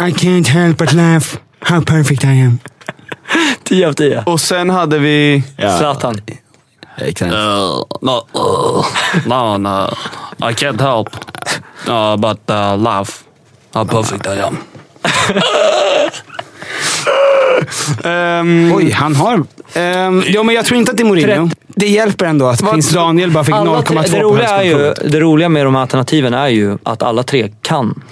I can't help but laugh how perfect I am.
10 av 10.
Och sen hade vi...
Zlatan.
Eh,
Uh, no, uh, no, no. Uh, I can't help uh, but uh, laugh how perfect I am.
Oj, han har... Um, Ehm, ja, men jag tror inte att det är Mourinho. Det hjälper ändå att prins Daniel bara fick
Alla
0,2
tre- det
på
roliga, är ju, det roliga med de här alternativen är ju att alla tre kan.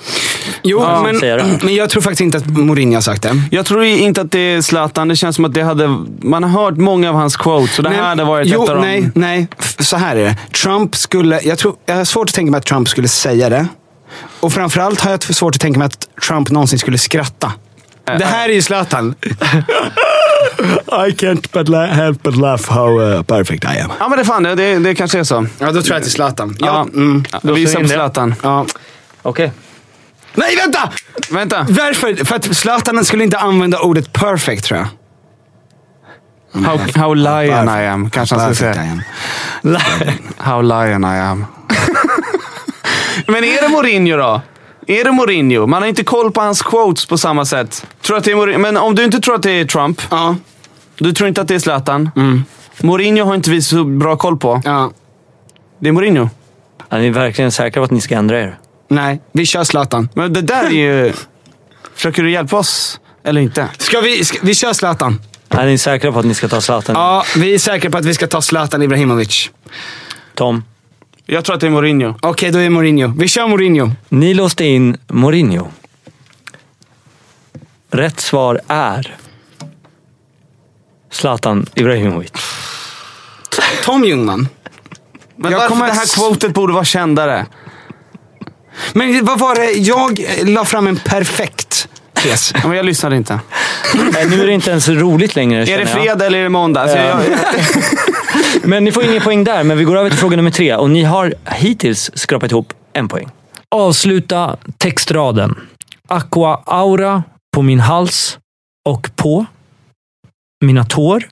Jo,
Ja.
men,
Säger det.
men jag tror faktiskt inte att
Mourinho har sagt det.
Jag tror inte att det är Zlatan. Det känns som att det hade... Man har hört många av hans quotes och det här hade varit
jo,
ett av dem.
nej, nej. F- Så här är det. Trump skulle... Jag, tror, jag har svårt att tänka mig att Trump skulle säga det. Och framförallt har jag svårt att tänka mig att Trump någonsin skulle skratta. Det här är ju Zlatan.
I can't but la- help but laugh how uh, perfect I am.
Ja, men det fan, det, det, det kanske är så.
Ja, då tror jag att det är Zlatan.
Ja,
Ja,
mm.
Då
Vi
får
gissar
vi
på
in det.
Zlatan.
Ja.
Okej.
Nej, vänta!
Vänta.
Varför? För att Zlatan skulle inte använda ordet perfect, tror jag.
How, how lion I am, kanske han skulle säga. How lion I am. Men är det Mourinho då? Är det Mourinho? Man har inte koll på hans quotes på samma sätt. Tror att det är Mourinho? Men om du inte tror att det är Trump.
Ja. Mm.
Du tror inte att det är Zlatan. Mourinho har inte vi så bra koll på.
Ja.
Det är Mourinho.
Är ni verkligen säkra på att ni ska ändra er?
Nej, vi kör Zlatan.
Men det där är ju... Försöker du hjälpa oss? Eller inte?
Ska vi, ska, vi kör Zlatan.
Är ni säkra på att ni ska ta Zlatan?
Ja, vi är säkra på att vi ska ta Zlatan Ibrahimovic.
Tom?
Jag tror att det är Mourinho. Okej,
då är det Mourinho. Vi kör Mourinho.
Ni låste in Mourinho. Rätt svar är Zlatan Ibrahimovic.
Tom Ljungman.
Men varför det här quotet borde vara kändare?
Men vad var det? Jag eh, la fram en perfekt tes.
Men jag lyssnade inte.
Nej, nu är det inte ens roligt längre.
Är
känner
det
jag.
fredag eller är det måndag? Alltså,
Ja.
jag,
Eh. Men ni får ingen poäng där, men vi går över till fråga nummer tre. Och ni har hittills skrapat ihop en poäng. avsluta textraden. Aqua aura på min hals och på mina tår,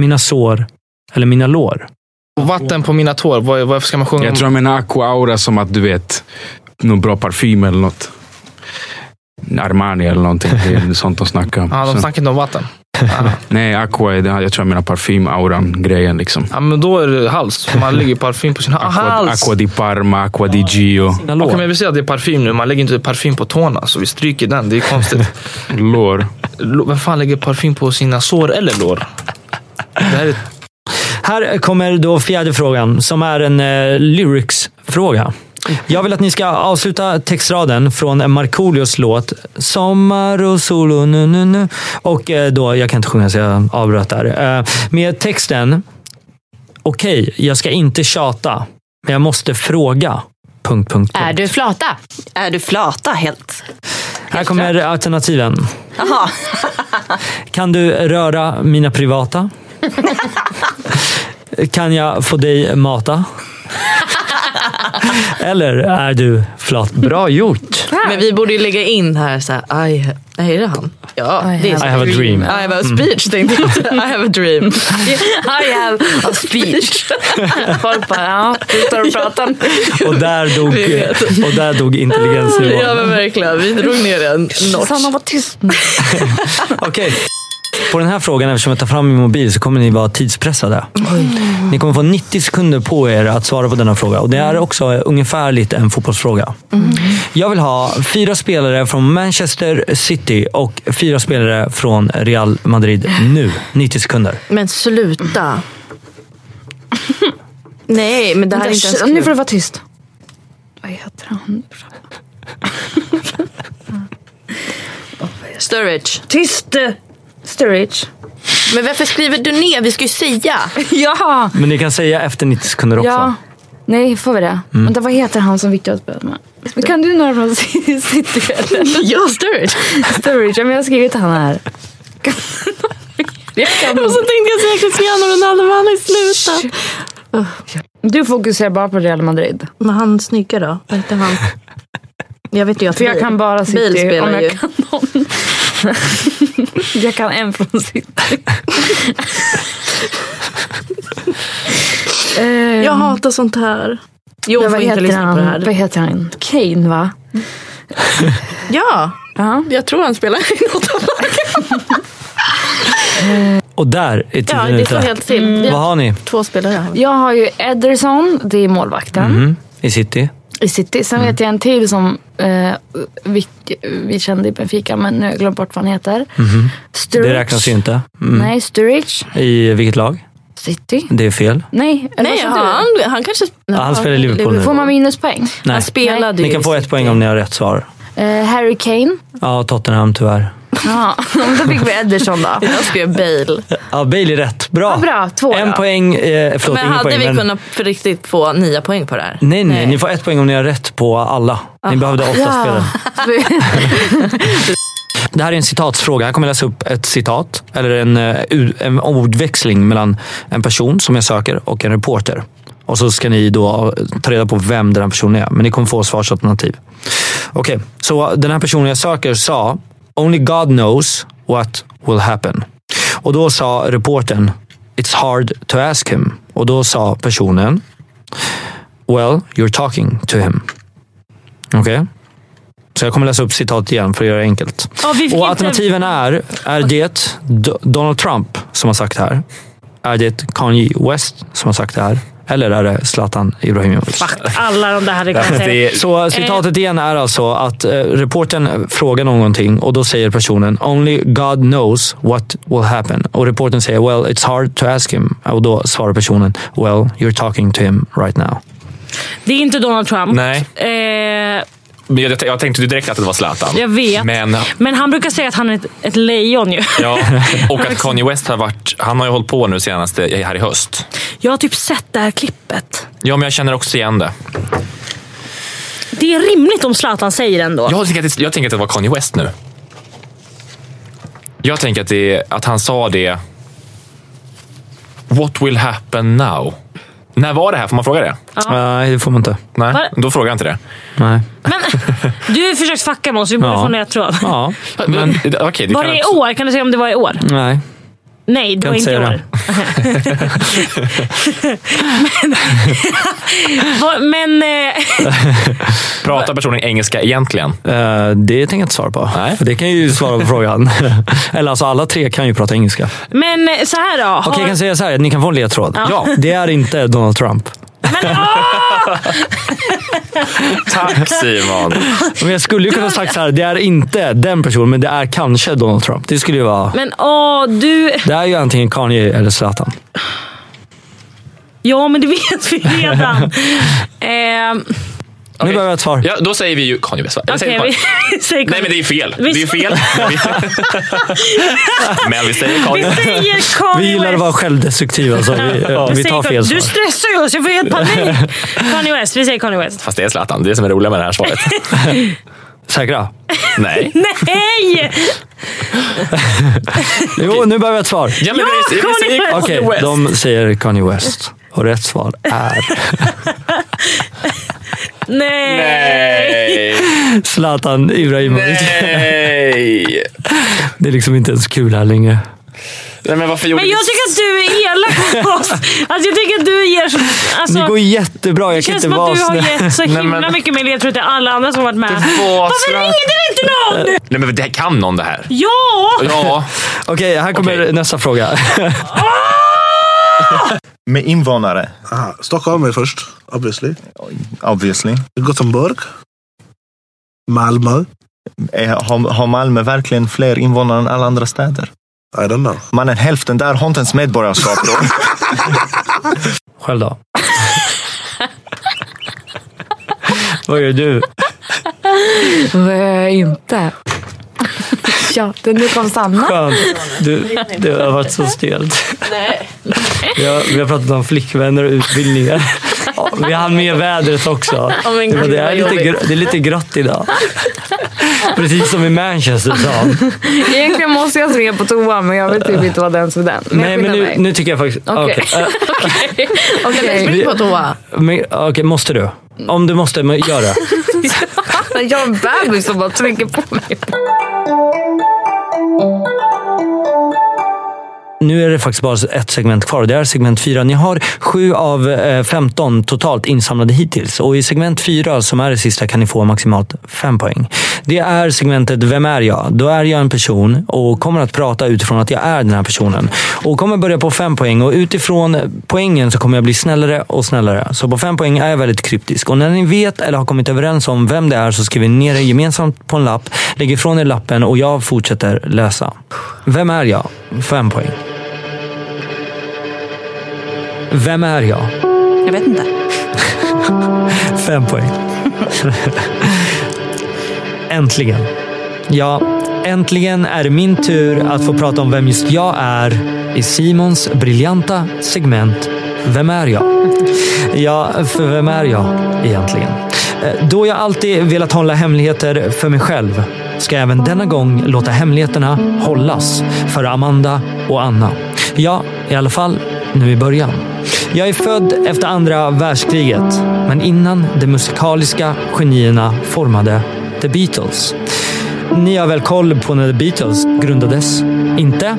mina sår eller mina lår.
Vatten på mina tår, vad- varför ska man sjunga
Jag tror de menar aqua aura som att du vet, någon bra parfym eller något. En Armani eller någonting. Det är sånt de snackar om.
Ja, de
Så-
snackar inte om vatten.
Nej, aqua är det. Jag tror jag menar parfym, auran, grejen liksom.
Ja, men då är det hals. för Man lägger ju parfym på sin hals. hals.
Aqua di Parma, aqua di Gio.
Okej, men vi säger att det är parfym nu. Man lägger inte parfym på tårna, så vi stryker den. Det är konstigt.
lår.
Vem fan lägger parfym på sina sår eller lår?
Här kommer då fjärde frågan som är en eh, lyrics-fråga. Jag vill att ni ska avsluta textraden från Markoolios låt Sommar och sol och nu nu nu. Och eh, då, jag kan inte sjunga så jag avbröt där. Eh, Med texten Okej, jag ska inte tjata, men jag måste fråga. Punkt, punkt.
Är du flata?
Är du flata helt?
Här kommer alternativen.
Jaha.
Kan du röra mina privata? Kan jag få dig mata? Eller är du flat? Bra gjort!
Men vi borde ju lägga in här så här, I, nej är det han? Ja, det är så.
I have a dream.
I have a
Mm.
speech tänkte jag säga. I have a dream. I have a speech.
Folk bara, ja, slutar och prata.
Och där dog,
Vi vet.
och där dog intelligensnivån.
Ja men verkligen, vi drog ner den notch.
Sanna, var tyst.
Okej. På den här frågan, eftersom jag tar fram min mobil, så kommer ni vara tidspressade. Ni kommer få 90 sekunder på er att svara på denna fråga. Och Det
Mm.
är också ungefärligt en fotbollsfråga. Jag vill ha fyra spelare från Manchester City och fyra spelare från Real Madrid nu. 90 sekunder.
Men sluta. Nej, men det här är inte ens
Nu får du
kul.
vara tyst. Vad heter han?
Sturridge.
Tyst! eh, Sturridge.
Men varför skriver du ner? Vi ska ju säga.
Ja!
Men ni kan säga efter 90 sekunder också.
Ja. Nej, får vi det?
Mm.
Vänta, vad heter han som Victor har spelat med? Men kan du några från City?
Ja, Sturridge.
Sturridge, ja, men jag har skrivit han här. Jag kan...
Och så tänkte jag säga Cristiano Ronaldo, men han har ju slutat.
Du fokuserar bara på Real Madrid.
Men han är snygga då? Var inte han? Jag vet ju att
För jag
bil-
kan bara City
bil spelar
om jag
ju.
kan någon. jag kan en från City.
Jag hatar sånt här.
Jo,
Jag
Ehm. vad
får inte
heter
lyssna på
han?
det här.
Vad heter han? Kane, va?
Ja,
jag tror han spelar i något av
Och där är tiden
Ja, det
ute.
står helt still.
Mm.
Vi
Vad
har-
har
Mm-hmm.
ni?
två spelare.
Jag har ju Ederson, det är målvakten.
Mhm. I City?
I City.
Mm.
Sen vet jag en till som eh, vi, vi kände i Benfica, men nu har jag glömt bort vad han heter.
Mhm.
Sturridge.
Det räknas ju inte. Mm.
Nej, Sturridge.
I vilket lag?
City.
Det är fel.
Nej, eller
Nej,
vad sa
har
du?
han, han kanske...
Ja, han spelar i Liverpool nu.
Får man minuspoäng?
Nej.
spelade
Ni kan få ett poäng om ni har rätt svar.
Eh, Harry Kane.
Ja, Tottenham tyvärr.
Ja, då fick vi Ederson då.
Jag skrev Bale.
Ja, Bailey rätt. Bra.
Ja, bra. Två
en
då.
poäng. Eh, förlåt,
men
ingen
hade
poäng.
vi
men...
kunnat för riktigt få nio poäng på det här?
Nej, nej, Ni får ett poäng om ni har rätt på alla. Ni behövde åtta
Ja.
spelare. Det här är en citatsfråga. Här kommer jag läsa upp ett citat. Eller en, eh, u- en ordväxling mellan en person som jag söker och en reporter. Och så ska ni då ta reda på vem den här personen är. Men ni kommer få svarsalternativ. Okej, så den här personen jag söker sa “Only God knows what will happen”. Och då sa reportern “It's hard to ask him”. Och då sa personen “Well, you're talking to him”. Okej? Så jag kommer läsa upp citat igen för att göra det enkelt.
Ja, vi fick
och
inte-
alternativen är, är det Do- Donald Trump som har sagt det här? Är det Kanye West som har sagt det här? Eller är det Zlatan Ibrahimovic?
Alla de där hade
Eh.
Eh,
Så citatet igen är alltså att eh, reporten frågar någonting och då säger personen “Only God knows what will happen” och reporten säger “Well, it's hard to ask him” och då svarar personen “Well, you're talking to him right now”.
Det är inte Donald Trump.
Nej.
Eh,
Men jag, jag tänkte ju direkt att det var Zlatan.
jag vet.
Men,
Men han brukar säga att han är ett, ett lejon ju.
ja, och att Kanye West har varit... Han har ju hållit på nu senaste, här i höst.
Jag har typ sett det här klippet.
Ja, men jag känner också igen det.
Det är rimligt om Zlatan säger det ändå.
Jag tänker, att det, jag tänker att det var Kanye West nu. Jag tänker att, det, att han sa det... What will happen now? När var det här? Får man fråga det?
Ja. Nej, det får man inte.
Nej,
Var-
då frågar jag inte det.
Nej.
Du försökte fucka med oss, vi borde
Ja.
få en ledtråd.
Ja,
men... Okej, du
Var
kan...
det i år? Kan du säga om det var i år?
Nej.
Nej, det
Mm. Kan
var
inte
inte i
säga
år. Va- Men... eh,
Pratar personen engelska egentligen?
Eh, det tänker jag inte svara på. För det kan ju svara på frågan. Eller alltså alla tre kan ju prata engelska.
Men eh, så här då. Har...
Okej, jag kan säga så här. Ni kan få en ledtråd.
Ja. Ja.
Det är inte Donald Trump.
Tack Simon!
Men jag skulle ju kunna sagt så här. Det är inte den personen, men det är kanske Donald Trump. Det skulle ju vara...
Men åh, du...
Det är ju antingen Kanye eller Zlatan.
Ja, men det vet vi redan. Ehm,
Nu behöver jag ett svar.
Ja, då säger vi ju Kanye West. va? Eller säger
Okej,
vi
vi,
Kanye?
vi säger
Nej, men det är ju fel. Det
Vi-
är ju fel. men vi säger Kanye.
Vi säger Kanye
Vi gillar att vara självdestruktiva, så alltså. vi, eh,
Ja.
vi
säger
tar
Kanye-
fel
Du
svar.
stressar ju oss, jag får helt panik. Kanye West, vi säger Kanye West.
Fast det är Zlatan. Det är det som är roligt med det här svaret.
Säkra?
Nej.
Nej!
Jo, nu behöver jag ett svar.
Ja, men vi- vi
Kanye
säger
West.
Okej,
Kanye West.
de säger Kanye West. Och rätt svar är
Nej.
Zlatan Ibrahimovic.
Nej!
Det är liksom inte ens kul här längre.
Nej, men varför gjorde
Men jag
vi-
tycker att du är elak mot oss. Alltså jag tycker att du ger så... Alltså,
Ni går jättebra,
det
jag kan
känns
inte
som
vara
att du har
snäll.
gett så himla mycket mer ledtråd till alla andra som varit med. Varför ringde det inte någon?
Nej, men det här kan någon det här.
Ja!
Ja.
Okej, här kommer nästa fråga.
Med invånare.
Aha, Stockholm är först, obviously.
Obviously.
Gothenburg. Malmö.
Eh, Har, har Malmö verkligen fler invånare än alla andra städer?
I don't know.
Mannen, hälften där har inte ens medborgarskap. då.
Själv då? Vad gör du?
Vad gör jag inte? Ja, det- nu kom Sanna.
Skönt. Du, du har varit så stelt. Vi har, vi har pratat om flickvänner och utbildningar. Ja, vi hann med vädret också.
Åh, men
det, var-
gud,
det, är
vad
lite
jobbigt.
gr- det är lite grått idag. Precis som i Manchester. Sa.
Egentligen måste jag springa på toa, men jag vill typ inte vara den som den. Men
Nej,
jag
men
skyndar
nu,
mig.
nu tycker jag faktiskt...
Okej.
Okej. Eh,
Okej.
Okej,
Okej.
spring på toa.
men, okej, måste du? Om du måste, men gör det.
Jag är en bebis som bara trycker på mig.
Nu är det faktiskt bara ett segment kvar och det är segment fyra. Ni har sju av eh, 15 totalt insamlade hittills och i segment fyra som är det sista kan ni få maximalt fem poäng. Det är segmentet Vem är jag? Då är jag en person och kommer att prata utifrån att jag är den här personen och kommer börja på fem poäng och utifrån poängen så kommer jag bli snällare och snällare. Så på fem poäng är jag väldigt kryptisk och när ni vet eller har kommit överens om vem det är så skriver ni ner det gemensamt på en lapp, lägger ifrån er lappen och jag fortsätter läsa. Vem är jag? Fem poäng. Vem är jag?
Jag vet inte.
Fem poäng. äntligen. Ja, äntligen är det min tur att få prata om vem just jag är i Simons briljanta segment Vem är jag? Ja, för vem är jag egentligen? Eh, Då jag alltid velat hålla hemligheter för mig själv ska jag även denna gång låta hemligheterna hållas för Amanda och Anna. Ja, i alla fall nu i början. Jag är född efter andra världskriget, men innan de musikaliska genierna formade The Beatles. Ni har väl koll på när The Beatles grundades? Inte?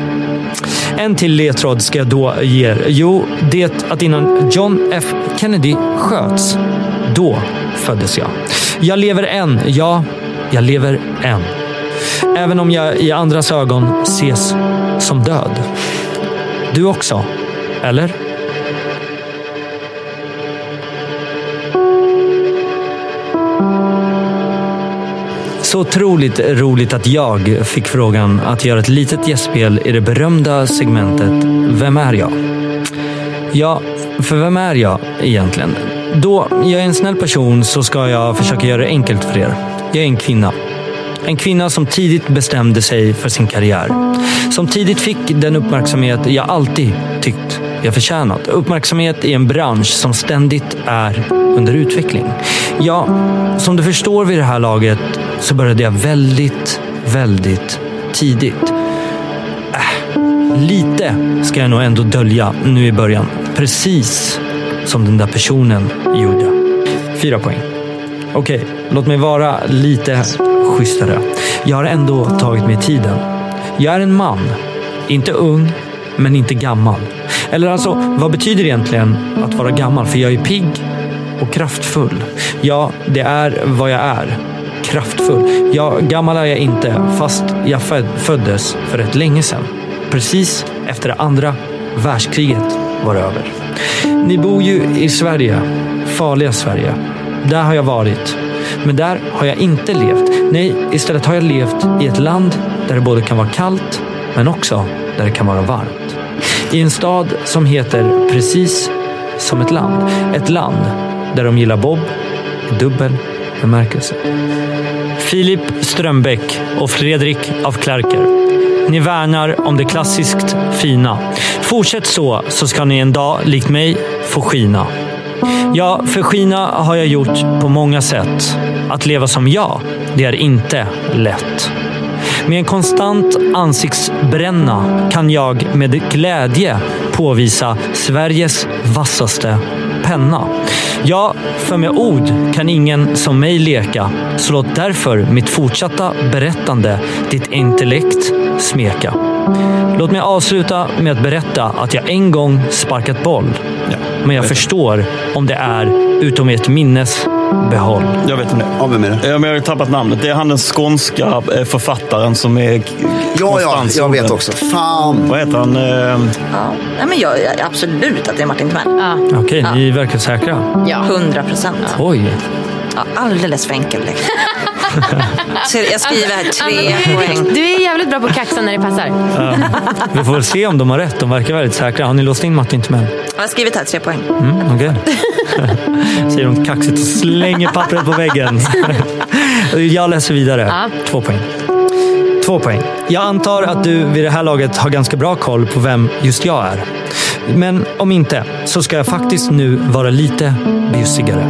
En till ledtråd ska jag då ge er. Jo, det att innan John F Kennedy sköts, då föddes jag. Jag lever än, ja, jag lever än. Även om jag i andras ögon ses som död. Du också, eller? Så otroligt roligt att jag fick frågan att göra ett litet gästspel i det berömda segmentet Vem är jag? Ja, för vem är jag egentligen? Då jag är en snäll person så ska jag försöka göra det enkelt för er. Jag är en kvinna. En kvinna som tidigt bestämde sig för sin karriär. Som tidigt fick den uppmärksamhet jag alltid tyckt jag förtjänat. Uppmärksamhet i en bransch som ständigt är under utveckling. Ja, som du förstår vid det här laget så började jag väldigt, väldigt tidigt. Äh, Lite ska jag nog ändå dölja nu i början. Precis som den där personen gjorde. Fyra poäng. Okej, låt mig vara lite schysstare. Jag har ändå tagit mig tiden. Jag är en man. Inte ung, men inte gammal. Eller alltså, vad betyder egentligen att vara gammal? För jag är pigg och kraftfull. Ja, det är vad jag är. Kraftfull. Ja, gammal är jag inte, fast jag föd- föddes för rätt länge sedan. Precis efter det andra världskriget var över. Ni bor ju i Sverige. Farliga Sverige. Där har jag varit. Men där har jag inte levt. Nej, istället har jag levt i ett land där det både kan vara kallt, men också där det kan vara varmt. I en stad som heter precis som ett land. Ett land där de gillar Bob i dubbel bemärkelse. Filip Strömbäck och Fredrik af Klerker. Ni värnar om det klassiskt fina. Fortsätt så, så ska ni en dag, likt mig, få skina. Ja, för skina har jag gjort på många sätt. Att leva som jag, det är inte lätt. Med en konstant ansiktsbränna kan jag med glädje påvisa Sveriges vassaste penna. Ja, för med ord kan ingen som mig leka, så låt därför mitt fortsatta berättande ditt intellekt smeka. Låt mig avsluta med att berätta att jag en gång sparkat boll. Men jag förstår om det är utom ett minnes behåll.
Jag vet om det. Ja, vem är det? Jag har ju tappat namnet. Det är han den skånska eh, författaren som är... Ja, ja, jag vet också. Fan. Vad heter han? Eh,
Ja. Nej, men jag, jag, absolut att det är Martin Timell. Ja.
Okej,
ja.
ni verkar säkra.
100 procent.
Oj.
Ja, alldeles för enkel lek. Så jag skriver här tre
Anna, du,
poäng.
är, du är jävligt bra på att kaxa när det passar.
Ja. Eh, Vi får väl se om de har rätt. De verkar väldigt säkra. Har ni låst in Martin Timell?
Jag har skrivit här tre poäng.
Mm, Okej. Säger hon kaxigt och slänger pappret på väggen. Jag läser vidare. Två poäng. Två poäng. Jag antar att du vid det här laget har ganska bra koll på vem just jag är. Men om inte, så ska jag faktiskt nu vara lite bjussigare.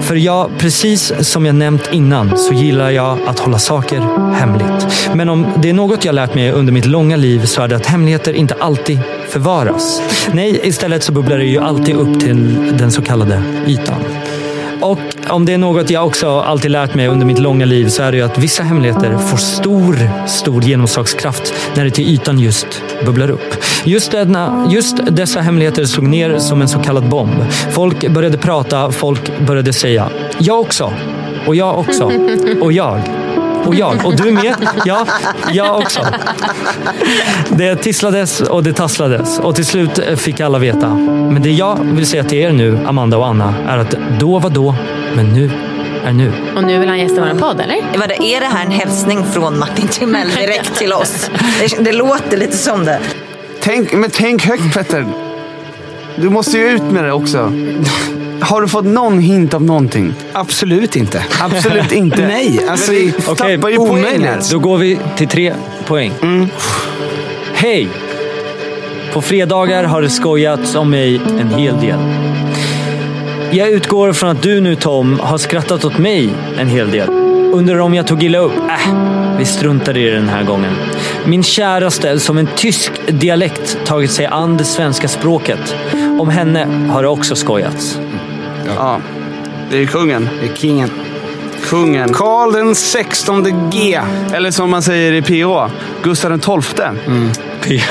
För jag, precis som jag nämnt innan, så gillar jag att hålla saker hemligt. Men om det är något jag lärt mig under mitt långa liv så är det att hemligheter inte alltid förvaras. Nej, istället så bubblar det ju alltid upp till den så kallade ytan. Och om det är något jag också alltid lärt mig under mitt långa liv så är det ju att vissa hemligheter får stor, stor genomslagskraft när det till ytan just bubblar upp. Just, denna, just dessa hemligheter slog ner som en så kallad bomb. Folk började prata, folk började säga “Jag också” och “Jag också” och “Jag” och “Jag” och “Du med”, “Ja”, “Jag också”. Det tisslades och det tasslades och till slut eh, fick alla veta. Men det jag vill säga till er nu, Amanda och Anna, är att då var då, men nu är nu.
Och nu vill han gästa vår podd, eller?
Vadå, är det här en hälsning från Martin Timell direkt till oss? Det, det låter lite som det.
Tänk, men tänk högt Petter. Du måste ju ut med det också. Har du fått någon hint av någonting?
Absolut inte.
Absolut inte.
Nej, alltså,
Men vi
Okej,
tappar ju Mm. poäng här.
Då går vi till tre poäng. Hej! På fredagar har det skojats om mig en hel del. Jag utgår från att du nu Tom har skrattat åt mig en hel del. Undrar om jag tog illa upp? Äh, vi struntar i det den här gången. Min käraste som en tysk dialekt tagit sig an det svenska språket. Om henne har det också skojats.
Ja, det är kungen.
Det är kingen.
Kungen.
Karl den 16 G.
Eller som man säger i PH, Gustav den tolfte.
Mm.
PH.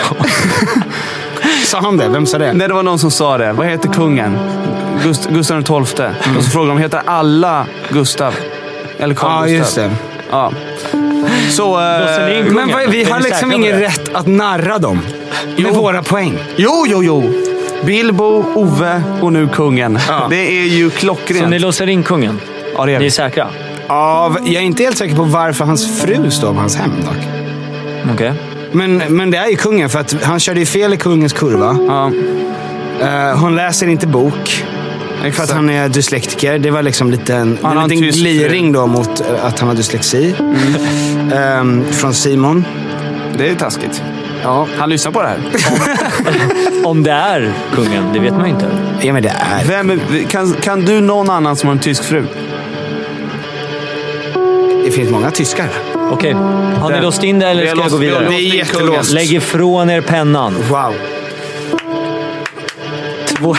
sa han det? Vem sa det? Nej, det var någon som sa det. Vad heter kungen? Gust- Gustav den tolfte.
Mm.
Och så frågade de, heter alla Gustav? Eller Carl
Ja,
Gustav?
just det.
Ja. Så, eh,
Men vad, vi har liksom ingen rätt att narra dem. Med våra poäng.
Jo, jo, jo. Bilbo, Ove och nu kungen. Det är ju klockrent.
Så ni låser in kungen?
Ja, det är
Ni är säkra?
Av, jag är inte helt säker på varför hans fru står på hans hem dock.
Okej.
Men, men det är ju kungen, för att han körde ju fel i kungens kurva. Eh, hon läser inte bok. För att han är dyslektiker. Det var liksom lite en,
Han har
en
en
liten
tysk fru.
gliring då mot eh, att han har dyslexi.
Mm.
Ehm, från Simon.
Det är taskigt.
Ja.
Han lyssnar på det här.
Om det är kungen, det vet man ju inte.
Ja, men det är...
Vem, kan, kan du någon annan som har en tysk fru?
Det finns många tyskar.
Okej, har ni
Det-
låst in det eller
vi har
ska jag gå
låst- vi har
vidare?
låst in Det är kungen. jättelåst.
Lägg ifrån er pennan.
Wow.
Vår...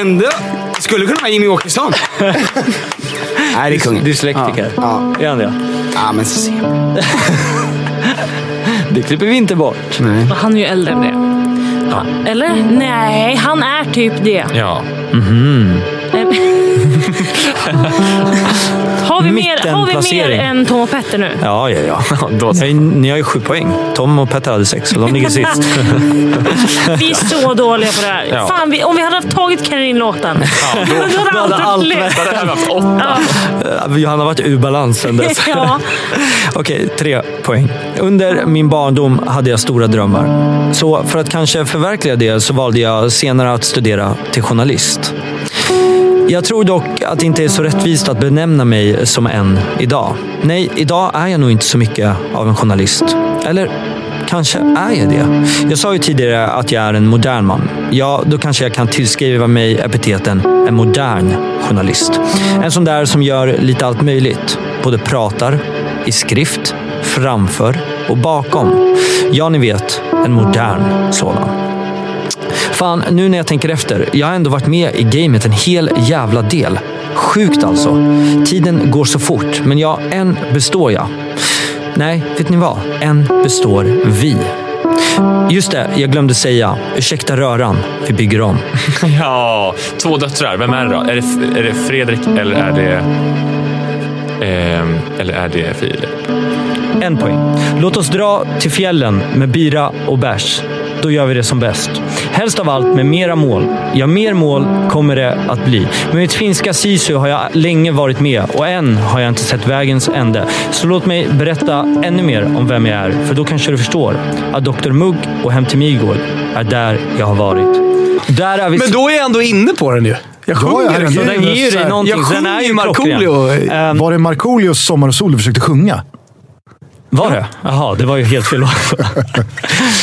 Ändå skulle kunna vara Jimmy Åkesson. Nej, det är kungen.
Dyslektiker.
Ja.
Är han det?
Ja, men se.
Det klipper vi inte bort. Nej.
Han är ju äldre än det.
Ja.
Eller? Nej, han är typ det.
ja. Mhm.
Eh, har, vi mer, har vi mer
Mittenplacering.
än Tom och Petter nu?
Ja, ja, ja. Då, ni, ni har ju sju poäng. Tom och Petter hade sex, så de ligger sist.
Vi är så dåliga på det här.
Ja.
Fan, vi, om vi hade haft tagit Karin-låten.
Ja,
då, hade allt varit lätt. Ja.
Eh, Johanna har varit ur balans sedan dess.
Ja.
Okej, tre poäng. Under min barndom hade jag stora drömmar. Så för att kanske förverkliga det så valde jag senare att studera till journalist. Jag tror dock att det inte är så rättvist att benämna mig som en idag. Nej, idag är jag nog inte så mycket av en journalist. Eller kanske är jag det. Jag sa ju tidigare att jag är en modern man. Ja, då kanske jag kan tillskriva mig epiteten en modern journalist. En sån där som gör lite allt möjligt. Både pratar, i skrift, framför och bakom. Ja, ni vet, en modern sådan. Fan, nu när jag tänker efter. Jag har ändå varit med i gamet en hel jävla del. Sjukt alltså. Tiden går så fort, men ja, en består jag. Nej, vet ni vad? En består vi. Just det, jag glömde säga. Ursäkta röran, vi bygger om.
Ja, två döttrar. Vem är det då? Är det, är det Fredrik eller är det... ehm, eller är det Filip?
En poäng. Låt oss dra till fjällen med bira och bärs. Då gör vi det som bäst. Helst av allt med mera mål. Ja, mer mål kommer det att bli. Med mitt finska sisu har jag länge varit med och än har jag inte sett vägens ände. Så låt mig berätta ännu mer om vem jag är, för då kanske du förstår att Dr Mugg och Hem till Midgård är där jag har varit. Där är vi...
Men då är jag ändå inne på den ju. Jag
Ja,
sjunger
ja,
den.
herregud. Den ger ju dig någonting.
Jag
Den är
sjunger
ju Ehm.
Markoolio.
Var det Markoolios Sommar och sol du försökte sjunga?
Var det? Jaha, det var ju helt fel låt.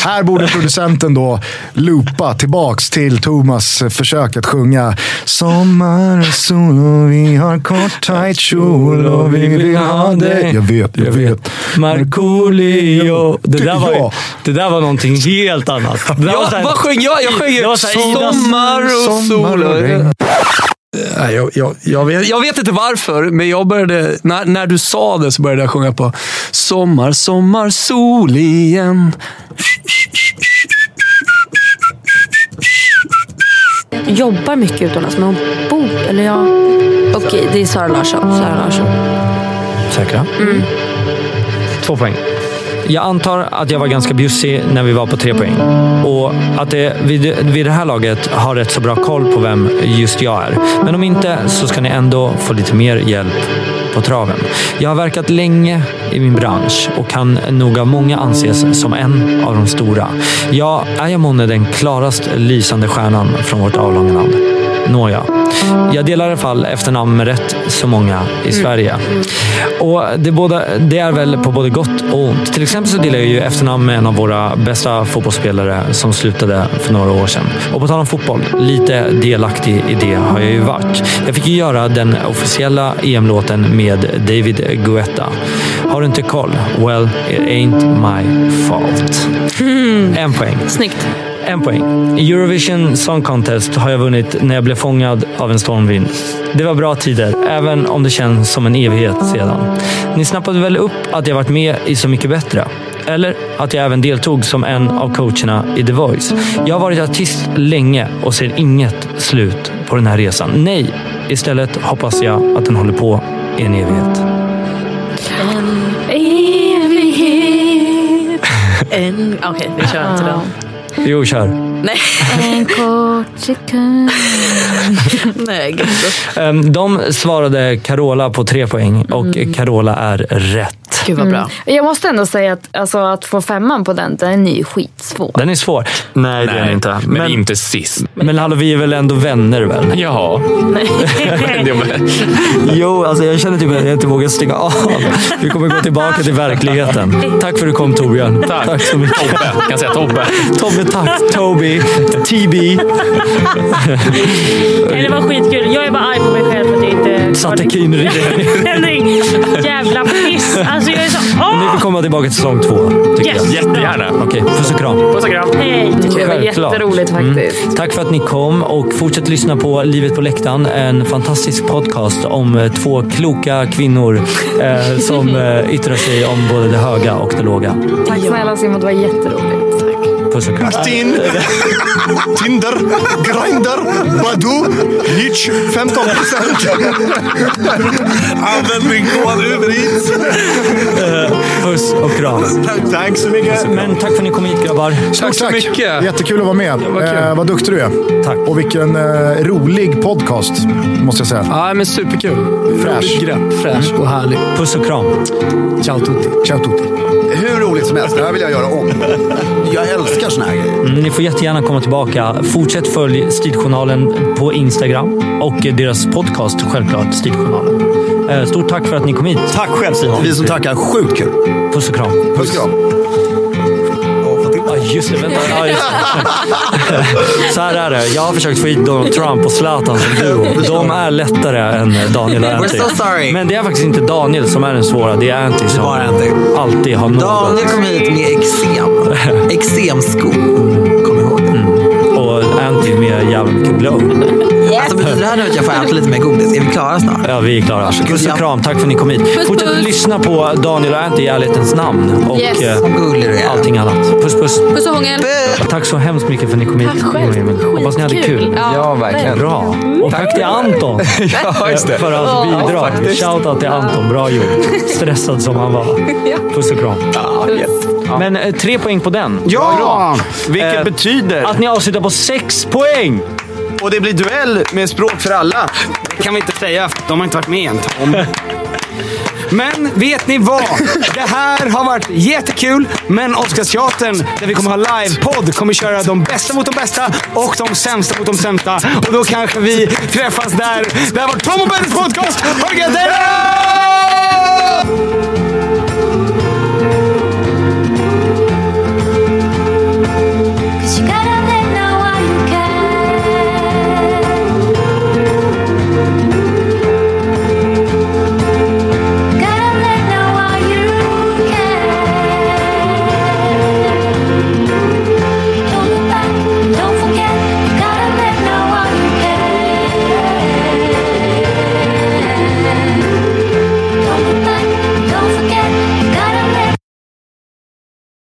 Här borde producenten då loopa tillbaks till Thomas försök att sjunga Sommar och sol och vi har kort tajt kjol och vi vill ha dig. Jag vet, jag vet.
Markoolio. Det, där var ju-
Ja.
det där var någonting helt annat. Det där
Ja,
var så här-
vad sjöng jag? Jag sjöng ju
Det var så här Idas-
sommar och sol. och regn. Nej, Jag, jag, jag, vet, jag vet inte varför, men jag började, när, när du sa det så började jag sjunga på Sommar, sommar, sol igen.
Jag jobbar mycket utomlands, men hon bor... Eller jag... Okej, det är Sara Larsson. Sara Larsson.
Säkra? Två poäng. Jag antar att jag var ganska bjussig när vi var på tre poäng. Och att det vid, vid det här laget har rätt så bra koll på vem just jag är. Men om inte så ska ni ändå få lite mer hjälp på traven. Jag har verkat länge i min bransch och kan nog av många anses som en av de stora. Ja, är jag månne den klarast lysande stjärnan från vårt avlånga land? Nåja. Jag delar i alla fall efternamn med rätt så många i Sverige. Och det, båda, det är väl på både gott och ont. Till exempel så delar jag ju efternamn med en av våra bästa fotbollsspelare som slutade för några år sedan. Och på tal om fotboll, lite delaktig i det har jag ju varit. Jag fick ju göra den officiella EM-låten med David Guetta. Har du inte koll? Well, it ain't my fault. En poäng.
Snyggt.
En poäng. I Eurovision Song Contest har jag vunnit när jag blev fångad av en stormvind. Det var bra tider, även om det känns som en evighet sedan. Ni snappade väl upp att jag varit med i Så mycket bättre? Eller att jag även deltog som en av coacherna i The Voice. Jag har varit artist länge och ser inget slut på den här resan. Nej, istället hoppas jag att den håller på i en evighet.
Evighet. En... Okej, vi kör inte då.
Jo, kör.
Nej. En kort sekund. Nej, gud.
Ehm, De svarade Carola på tre poäng och Carola är rätt.
Mm. Gud vad bra.
Jag måste ändå säga att, alltså, att få femman på den, den är ju skitsvår.
Den är svår. Nej,
det är den inte. Men, inte sist.
Men hallå, vi är väl ändå vänner väl?
Ja.
jo, alltså jag känner typ att jag inte vågar stänga av. Vi kommer gå tillbaka till verkligheten. Tack för att du kom Torbjörn. Tack, så mycket.
Tobbe. Kan jag säga Tobbe?
Tobbe, tack. Toby. TB.
Nej, det var skitkul. Jag är bara arg på mig själv för att jag inte
Satte Kim Ring.
Henrik, jävla piss. Alltså jag är så... Åh!
Ni får komma tillbaka till säsong två. Tycker
Yes.
jag.
Jättegärna.
Okej, puss och kram.
Puss och kram. Hej.
tycker det var
Självklart.
jätteroligt faktiskt.
Mm. Tack för att ni kom och fortsätt lyssna på Livet på läktaren. En fantastisk podcast om eh, två kloka kvinnor eh, som eh, yttrar sig om både det höga och det låga.
Tack snälla Simon, det var jätteroligt.
Puss och kram.
Martin, Tinder, Grindr, Badoo, Hitch, 15 procent. Använd min kod Uber Eats.
Eh, Puss och kram.
Tack så mycket.
Men tack för att ni kom hit grabbar.
Tack så mycket. Jättekul att vara med.
vad kul.
Eh, vad duktig du är.
Tack.
Och vilken eh, rolig podcast, måste jag säga. Mm.
Ja, men superkul. Roligt grepp, fräsch och härlig.
Puss och kram.
Ciao tutti.
Ciao tutti.
Hur roligt som helst. Det här vill jag göra om. Jag älskar såna här grejer.
Mm, Ni får jättegärna komma tillbaka. Fortsätt följ Stiljournalen på Instagram och eh, deras podcast självklart, Stiljournalen. Eh, Stort tack för att ni kom hit.
Tack själv Simon. Vi som tackar. Sjukt kul.
Puss och kram.
Puss och kram.
Ja, just det. Vänta. Ja, just det. Så här är det. Jag har försökt få hit Donald Trump och Zlatan som duo. De är lättare än Daniel och
We're
Antti.
so sorry.
Men det är faktiskt inte Daniel som är den svåra. Det är Antti som alltid har något.
Daniel kom hit med eksem. Eksemsko. Kom ihåg det.
Mm. Och Antti med jävligt mycket blow.
Alltså betyder det här nu att jag får äta lite mer godis? Är vi klara snart?
Ja, vi är klara. Puss och kram. Tack för att ni kom hit. Fortsätt lyssna på Daniel och Antti i ärlighetens namn. Och
Yes.
eh, allting annat. Puss, puss.
Puss och hångel.
Tack så hemskt mycket för att ni kom hit.
Tack själv.
Hoppas ni hade kul.
Skitkul. Ja, Ja, verkligen. Mm.
Bra. Och tack till Anton.
Ja, just det.
För hans
Ja,
bidrag.
faktiskt.
Shoutout till Anton. Bra gjort. Stressad som han var. Puss och kram. Men eh, tre poäng på den.
Ja!
Bra. Eh,
Vilket betyder...
Att ni avslutar på sex poäng!
Och det blir duell med språk för alla. Det kan vi inte säga, för de har inte varit med än Tom. Men vet ni vad? Det här har varit jättekul, men Oscarsteatern, där vi kommer ha livepodd, kommer köra de bästa mot de bästa och de sämsta mot de sämsta. Och då kanske vi träffas där. Det här var Tom och Bennys podcast. Ha det gött! Hej då!